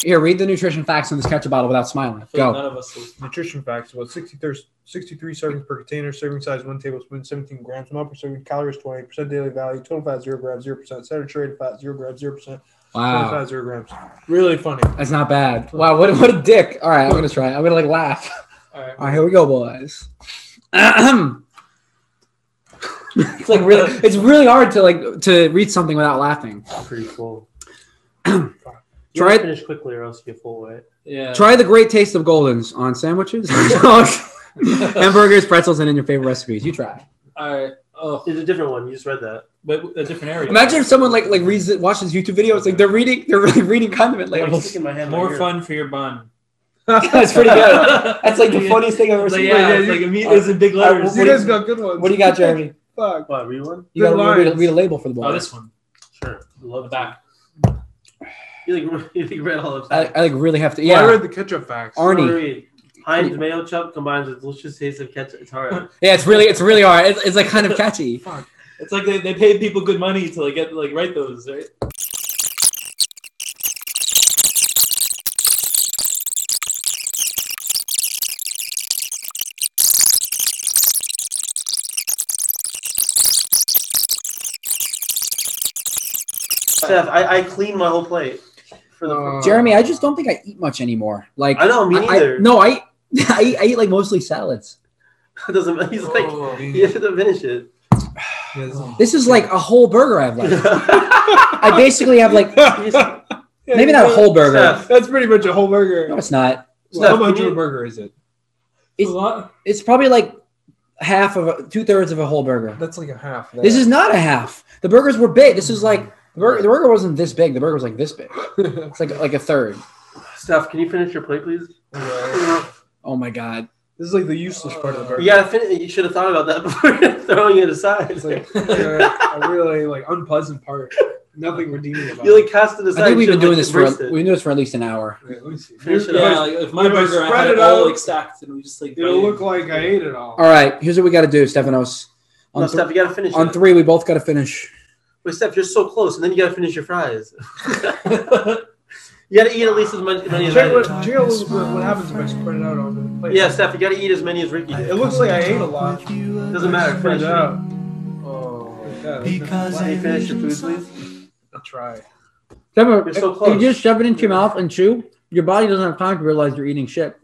Speaker 2: Here, read the nutrition facts on this ketchup bottle without smiling. Go.
Speaker 7: None of us is-
Speaker 3: nutrition facts about 63, 63 servings per container, serving size 1 tablespoon, 17 grams, amount per serving, calories 20%, daily value, total fat 0 grams, 0%, saturated fat 0 grams, 0%, total
Speaker 2: Wow,
Speaker 3: fat 0 grams. Really funny.
Speaker 2: that's not bad. Wow, what, what a dick. All right, I'm gonna try. I'm gonna like laugh.
Speaker 3: All right.
Speaker 2: All right, here we go, boys. Ahem. it's like really, it's really hard to like to read something without laughing.
Speaker 4: pretty full. You
Speaker 2: Try
Speaker 4: gotta
Speaker 2: it.
Speaker 4: Finish quickly, or else you get full. Right?
Speaker 7: Yeah.
Speaker 2: Try the great taste of Goldens on sandwiches, hamburgers, pretzels, and in your favorite recipes. You try.
Speaker 7: All right. Oh,
Speaker 4: It's a different one. You just read that.
Speaker 7: but a different area.
Speaker 2: Imagine if someone like like reads it, watches YouTube videos, like they're reading, they're really reading condiment
Speaker 4: Like, I'm
Speaker 2: labels.
Speaker 4: sticking my hand.
Speaker 7: More
Speaker 4: right
Speaker 7: fun for your bun.
Speaker 2: That's pretty good. That's like the funniest thing I've ever
Speaker 7: It's like,
Speaker 2: seen.
Speaker 7: yeah, it's like
Speaker 2: uh,
Speaker 7: immediately it's in big letters.
Speaker 3: You guys got good ones.
Speaker 2: What do you got, Jeremy?
Speaker 4: Here.
Speaker 3: Fuck.
Speaker 4: What? Read one.
Speaker 2: You got
Speaker 3: Good
Speaker 2: to read,
Speaker 3: lines.
Speaker 2: read a label for the bowl.
Speaker 7: Oh, this one.
Speaker 4: Sure.
Speaker 7: Love the back.
Speaker 4: You like you like read all of
Speaker 2: I,
Speaker 4: that.
Speaker 2: I like really have to.
Speaker 3: Well, I
Speaker 2: Yeah,
Speaker 3: read the ketchup facts.
Speaker 2: Arnie.
Speaker 4: Read. Heinz mayo chop combines with delicious taste of ketchup. It's hard.
Speaker 2: Yeah, it's really it's really hard. It's, it's like kind of catchy.
Speaker 7: It's like they, they pay people good money to like get like write those, right?
Speaker 4: Steph, I, I clean my whole plate for the.
Speaker 3: Uh,
Speaker 2: Jeremy, I just don't think I eat much anymore. Like
Speaker 4: I know me
Speaker 2: I- I-
Speaker 4: neither.
Speaker 2: no, I I eat, I eat like mostly salads.
Speaker 4: It doesn't. He's like
Speaker 3: Oh,
Speaker 4: you have to finish it.
Speaker 3: yes.
Speaker 2: This is like a whole burger I've left. I
Speaker 4: I
Speaker 2: basically have like
Speaker 4: Steph,
Speaker 2: maybe not a whole burger.
Speaker 4: Steph,
Speaker 3: That's pretty much a whole burger.
Speaker 2: No, it's not.
Speaker 3: Well, how
Speaker 4: Steph,
Speaker 3: much
Speaker 4: can
Speaker 3: of a
Speaker 4: you-
Speaker 3: burger is it?
Speaker 2: It's-
Speaker 7: a lot.
Speaker 2: It's probably like half of two thirds of a whole burger.
Speaker 3: That's like a half.
Speaker 2: This is not a half. The burgers were big. This is like the burger, the burger wasn't this big. The burger was like this big.
Speaker 3: is.
Speaker 2: It's like like a third.
Speaker 4: Steph, can you finish your plate, please?
Speaker 2: Oh my god.
Speaker 3: This is like the useless part of the burger.
Speaker 4: Yeah, fin- you should have thought about that before throwing it aside.
Speaker 3: It's like uh, a really like unpleasant part. Nothing redeeming about
Speaker 4: you
Speaker 3: it.
Speaker 4: like cast it aside.
Speaker 2: I think we've
Speaker 4: you
Speaker 2: been doing
Speaker 4: should've,
Speaker 2: this
Speaker 4: like,
Speaker 2: for we've been
Speaker 4: embraced it.
Speaker 2: doing this for at least an hour.
Speaker 3: Wait, let me see.
Speaker 4: Finish it
Speaker 7: Yeah,
Speaker 4: up.
Speaker 7: like if my
Speaker 3: If I
Speaker 7: burger, I
Speaker 3: spread
Speaker 7: had it
Speaker 3: it
Speaker 7: all
Speaker 3: out,
Speaker 7: like stacked, and we just like.
Speaker 3: It'll
Speaker 7: bite
Speaker 3: look like I ate it all.
Speaker 2: All right, here's what we got to do, Stefanos. On,
Speaker 4: No,
Speaker 2: th-
Speaker 4: Steph, you gotta finish
Speaker 2: on
Speaker 4: it.
Speaker 2: three, we both got to finish.
Speaker 4: But Steph, you're so close, and then you gotta finish your fries.
Speaker 7: it.
Speaker 4: You gotta eat at least as much many as
Speaker 3: Check
Speaker 4: I
Speaker 3: what,
Speaker 4: did.
Speaker 3: check what, what happens if I spread it out over the plate.
Speaker 4: Yeah, Steph, you gotta eat as many as Ricky.
Speaker 3: It
Speaker 4: Did.
Speaker 3: looks like I ate a lot.
Speaker 4: Doesn't matter.
Speaker 3: Spread
Speaker 4: Finish
Speaker 3: it
Speaker 4: it.
Speaker 3: out. Oh, yeah, because
Speaker 4: Can you finish your food, please?
Speaker 3: I'll try.
Speaker 2: Stefano,
Speaker 4: You're so
Speaker 2: if you
Speaker 4: close.
Speaker 2: just shove it into your mouth and chew, your body doesn't have time to realize you're eating shit.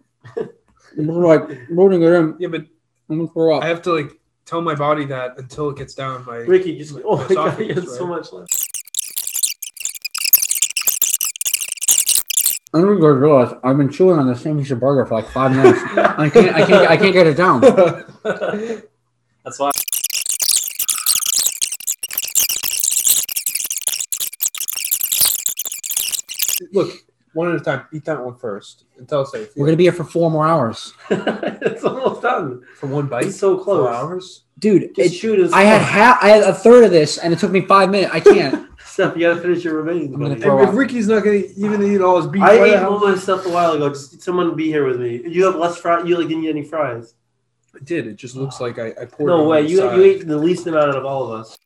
Speaker 2: We're like loading it in.
Speaker 3: Yeah, but
Speaker 2: I'm gonna throw
Speaker 3: I
Speaker 2: up.
Speaker 3: have to like tell my body that until it gets down my.
Speaker 4: Ricky, just oh my god,
Speaker 3: Esophagus,
Speaker 4: you had so
Speaker 3: right?
Speaker 4: much left.
Speaker 2: I'm gonna go realize I've been chewing on the same piece of burger for like five minutes. I can't, I can't, I can't get it down.
Speaker 7: That's why.
Speaker 3: Look, one at a time. Eat that one first until it's safe.
Speaker 2: We're gonna be here for four more hours,
Speaker 4: it's almost done.
Speaker 3: for one bite.
Speaker 4: It's so
Speaker 3: Four
Speaker 4: close.
Speaker 3: hours.
Speaker 2: dude.
Speaker 4: Just
Speaker 2: it-
Speaker 4: shoot as
Speaker 2: I had half, I had a third of this, and it took me five minutes. I can't.
Speaker 4: Steph, you gotta finish your remains.
Speaker 2: I'm gonna
Speaker 4: buddy.
Speaker 2: throw
Speaker 3: If,
Speaker 2: up.
Speaker 3: if Ricky's not gonna even eat all his beef, why
Speaker 4: I
Speaker 3: the
Speaker 4: ate
Speaker 3: hell-
Speaker 4: all my stuff a while ago. Just someone be here with me. You have less fries. You like didn't get any fries.
Speaker 3: I did. It just looks like I, I poured. it
Speaker 4: No
Speaker 3: on
Speaker 4: way.
Speaker 3: the
Speaker 4: You
Speaker 3: side.
Speaker 4: you ate the least amount out of all of us.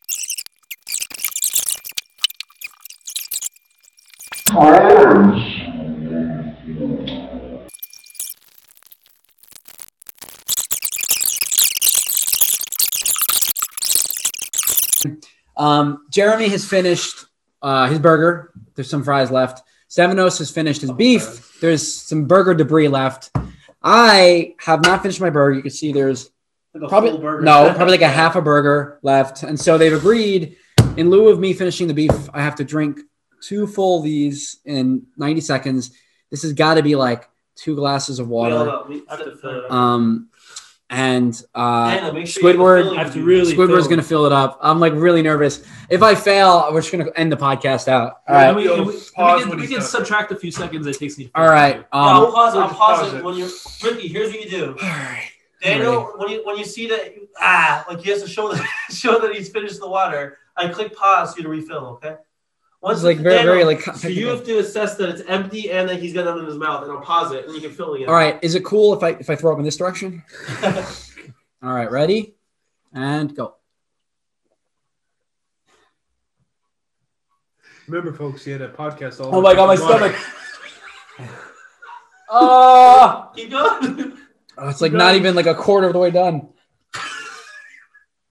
Speaker 2: Um, Jeremy has finished uh, his burger. There's some fries left. Sevenos has finished his beef. There's some burger debris left. I have not finished my burger. You can see there's
Speaker 4: Like a
Speaker 2: probably
Speaker 4: full burger.
Speaker 2: no, probably like a half a burger left. And so they've agreed, in lieu of me finishing the beef, I have to drink two full of these in 90 seconds. This has got to be like two glasses of
Speaker 4: We all
Speaker 2: water.
Speaker 4: got- we- uh,
Speaker 7: I have to fill it up.
Speaker 2: Um, and uh,
Speaker 4: Hannah, make sure you get the
Speaker 2: Squidward.
Speaker 4: filling
Speaker 7: I have to
Speaker 4: you-
Speaker 7: really.
Speaker 2: Squidward's
Speaker 7: fill it.
Speaker 2: gonna fill it up. I'm like really nervous. If I fail, we're just gonna end the podcast out. All right.
Speaker 7: And we, and we, and we
Speaker 3: Pause
Speaker 7: can,
Speaker 3: when
Speaker 7: we
Speaker 3: he's
Speaker 7: can
Speaker 3: done.
Speaker 7: subtract a few seconds that it takes me. to
Speaker 2: All right.
Speaker 7: Yeah, I'll
Speaker 2: Um,
Speaker 7: pause.
Speaker 3: So
Speaker 7: I'll
Speaker 3: just
Speaker 7: pause
Speaker 3: pause
Speaker 7: it
Speaker 3: it.
Speaker 7: when you're Ricky. Here's what you do.
Speaker 2: I'm
Speaker 4: Daniel, when you when you see that you- ah, like he has to show that show that he's finished the water. I click pause for you to refill. Okay.
Speaker 2: it's like very,
Speaker 4: Daniel,
Speaker 2: very like.
Speaker 4: So you have to assess that it's empty and that he's got none in his mouth, and I'll pause it and you can fill it.
Speaker 2: All right. Is it cool if I if I throw up in this direction? All right. Ready, and go.
Speaker 3: Remember, folks, he had a podcast all.
Speaker 7: Oh my god, my
Speaker 3: You want
Speaker 7: stomach.
Speaker 3: it.
Speaker 7: Ah!
Speaker 4: Keep going.
Speaker 2: Oh, it's like not even like a quarter of the way done.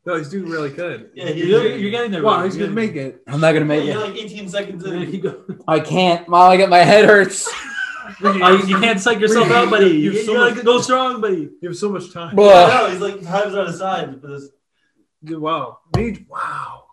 Speaker 3: No, he's doing really good.
Speaker 4: Yeah, he
Speaker 7: you're, you're getting there.
Speaker 3: Wow,
Speaker 7: Ricky.
Speaker 3: he's
Speaker 7: You're
Speaker 3: gonna make it.
Speaker 2: I'm not gonna make
Speaker 4: You're
Speaker 2: it.
Speaker 4: like 18 seconds
Speaker 7: getting there.
Speaker 4: in.
Speaker 7: Keep going.
Speaker 2: I can't. Mom, I get my head hurts.
Speaker 7: Oh, you, you can't psych yourself out, buddy. You, you gotta go strong, buddy.
Speaker 3: You have so much time.
Speaker 2: Blah.
Speaker 4: No, he's like time's on his side for this.
Speaker 3: Dude, Wow, Made- wow.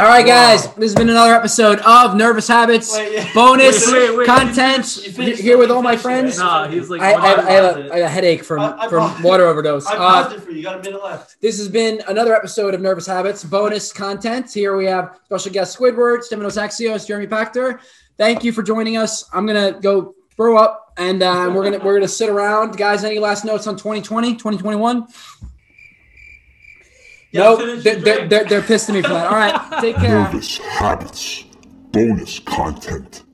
Speaker 2: All right, guys. This has been another episode of Nervous Habits.
Speaker 4: Wait, yeah.
Speaker 2: Bonus
Speaker 7: Wait, wait, wait.
Speaker 2: content
Speaker 4: You finished-
Speaker 2: here with all my
Speaker 4: you finished
Speaker 2: friends.
Speaker 4: it, right?
Speaker 7: Nah, he's like.
Speaker 2: I, I, have- I, have a,
Speaker 7: Why-
Speaker 2: I have a headache from,
Speaker 4: I- I
Speaker 2: from
Speaker 4: paused-
Speaker 2: water overdose.
Speaker 4: I
Speaker 2: Uh,
Speaker 4: paused it for you. You got a minute left.
Speaker 2: This has been another episode of Nervous Habits, bonus content. Here we have special guest Squidward, Stephanos Axios, Jeremy Pachter. Thank you for joining us. I'm gonna go throw up, and uh, we're gonna we're gonna sit around, guys. Any last notes on 2020, 2021?
Speaker 7: Yeah,
Speaker 2: no,
Speaker 7: finish
Speaker 2: they're,
Speaker 7: your
Speaker 2: they're,
Speaker 7: drink.
Speaker 2: they're, they're pissing me for that. All right, take care.
Speaker 1: Nervous Habits. Bonus content.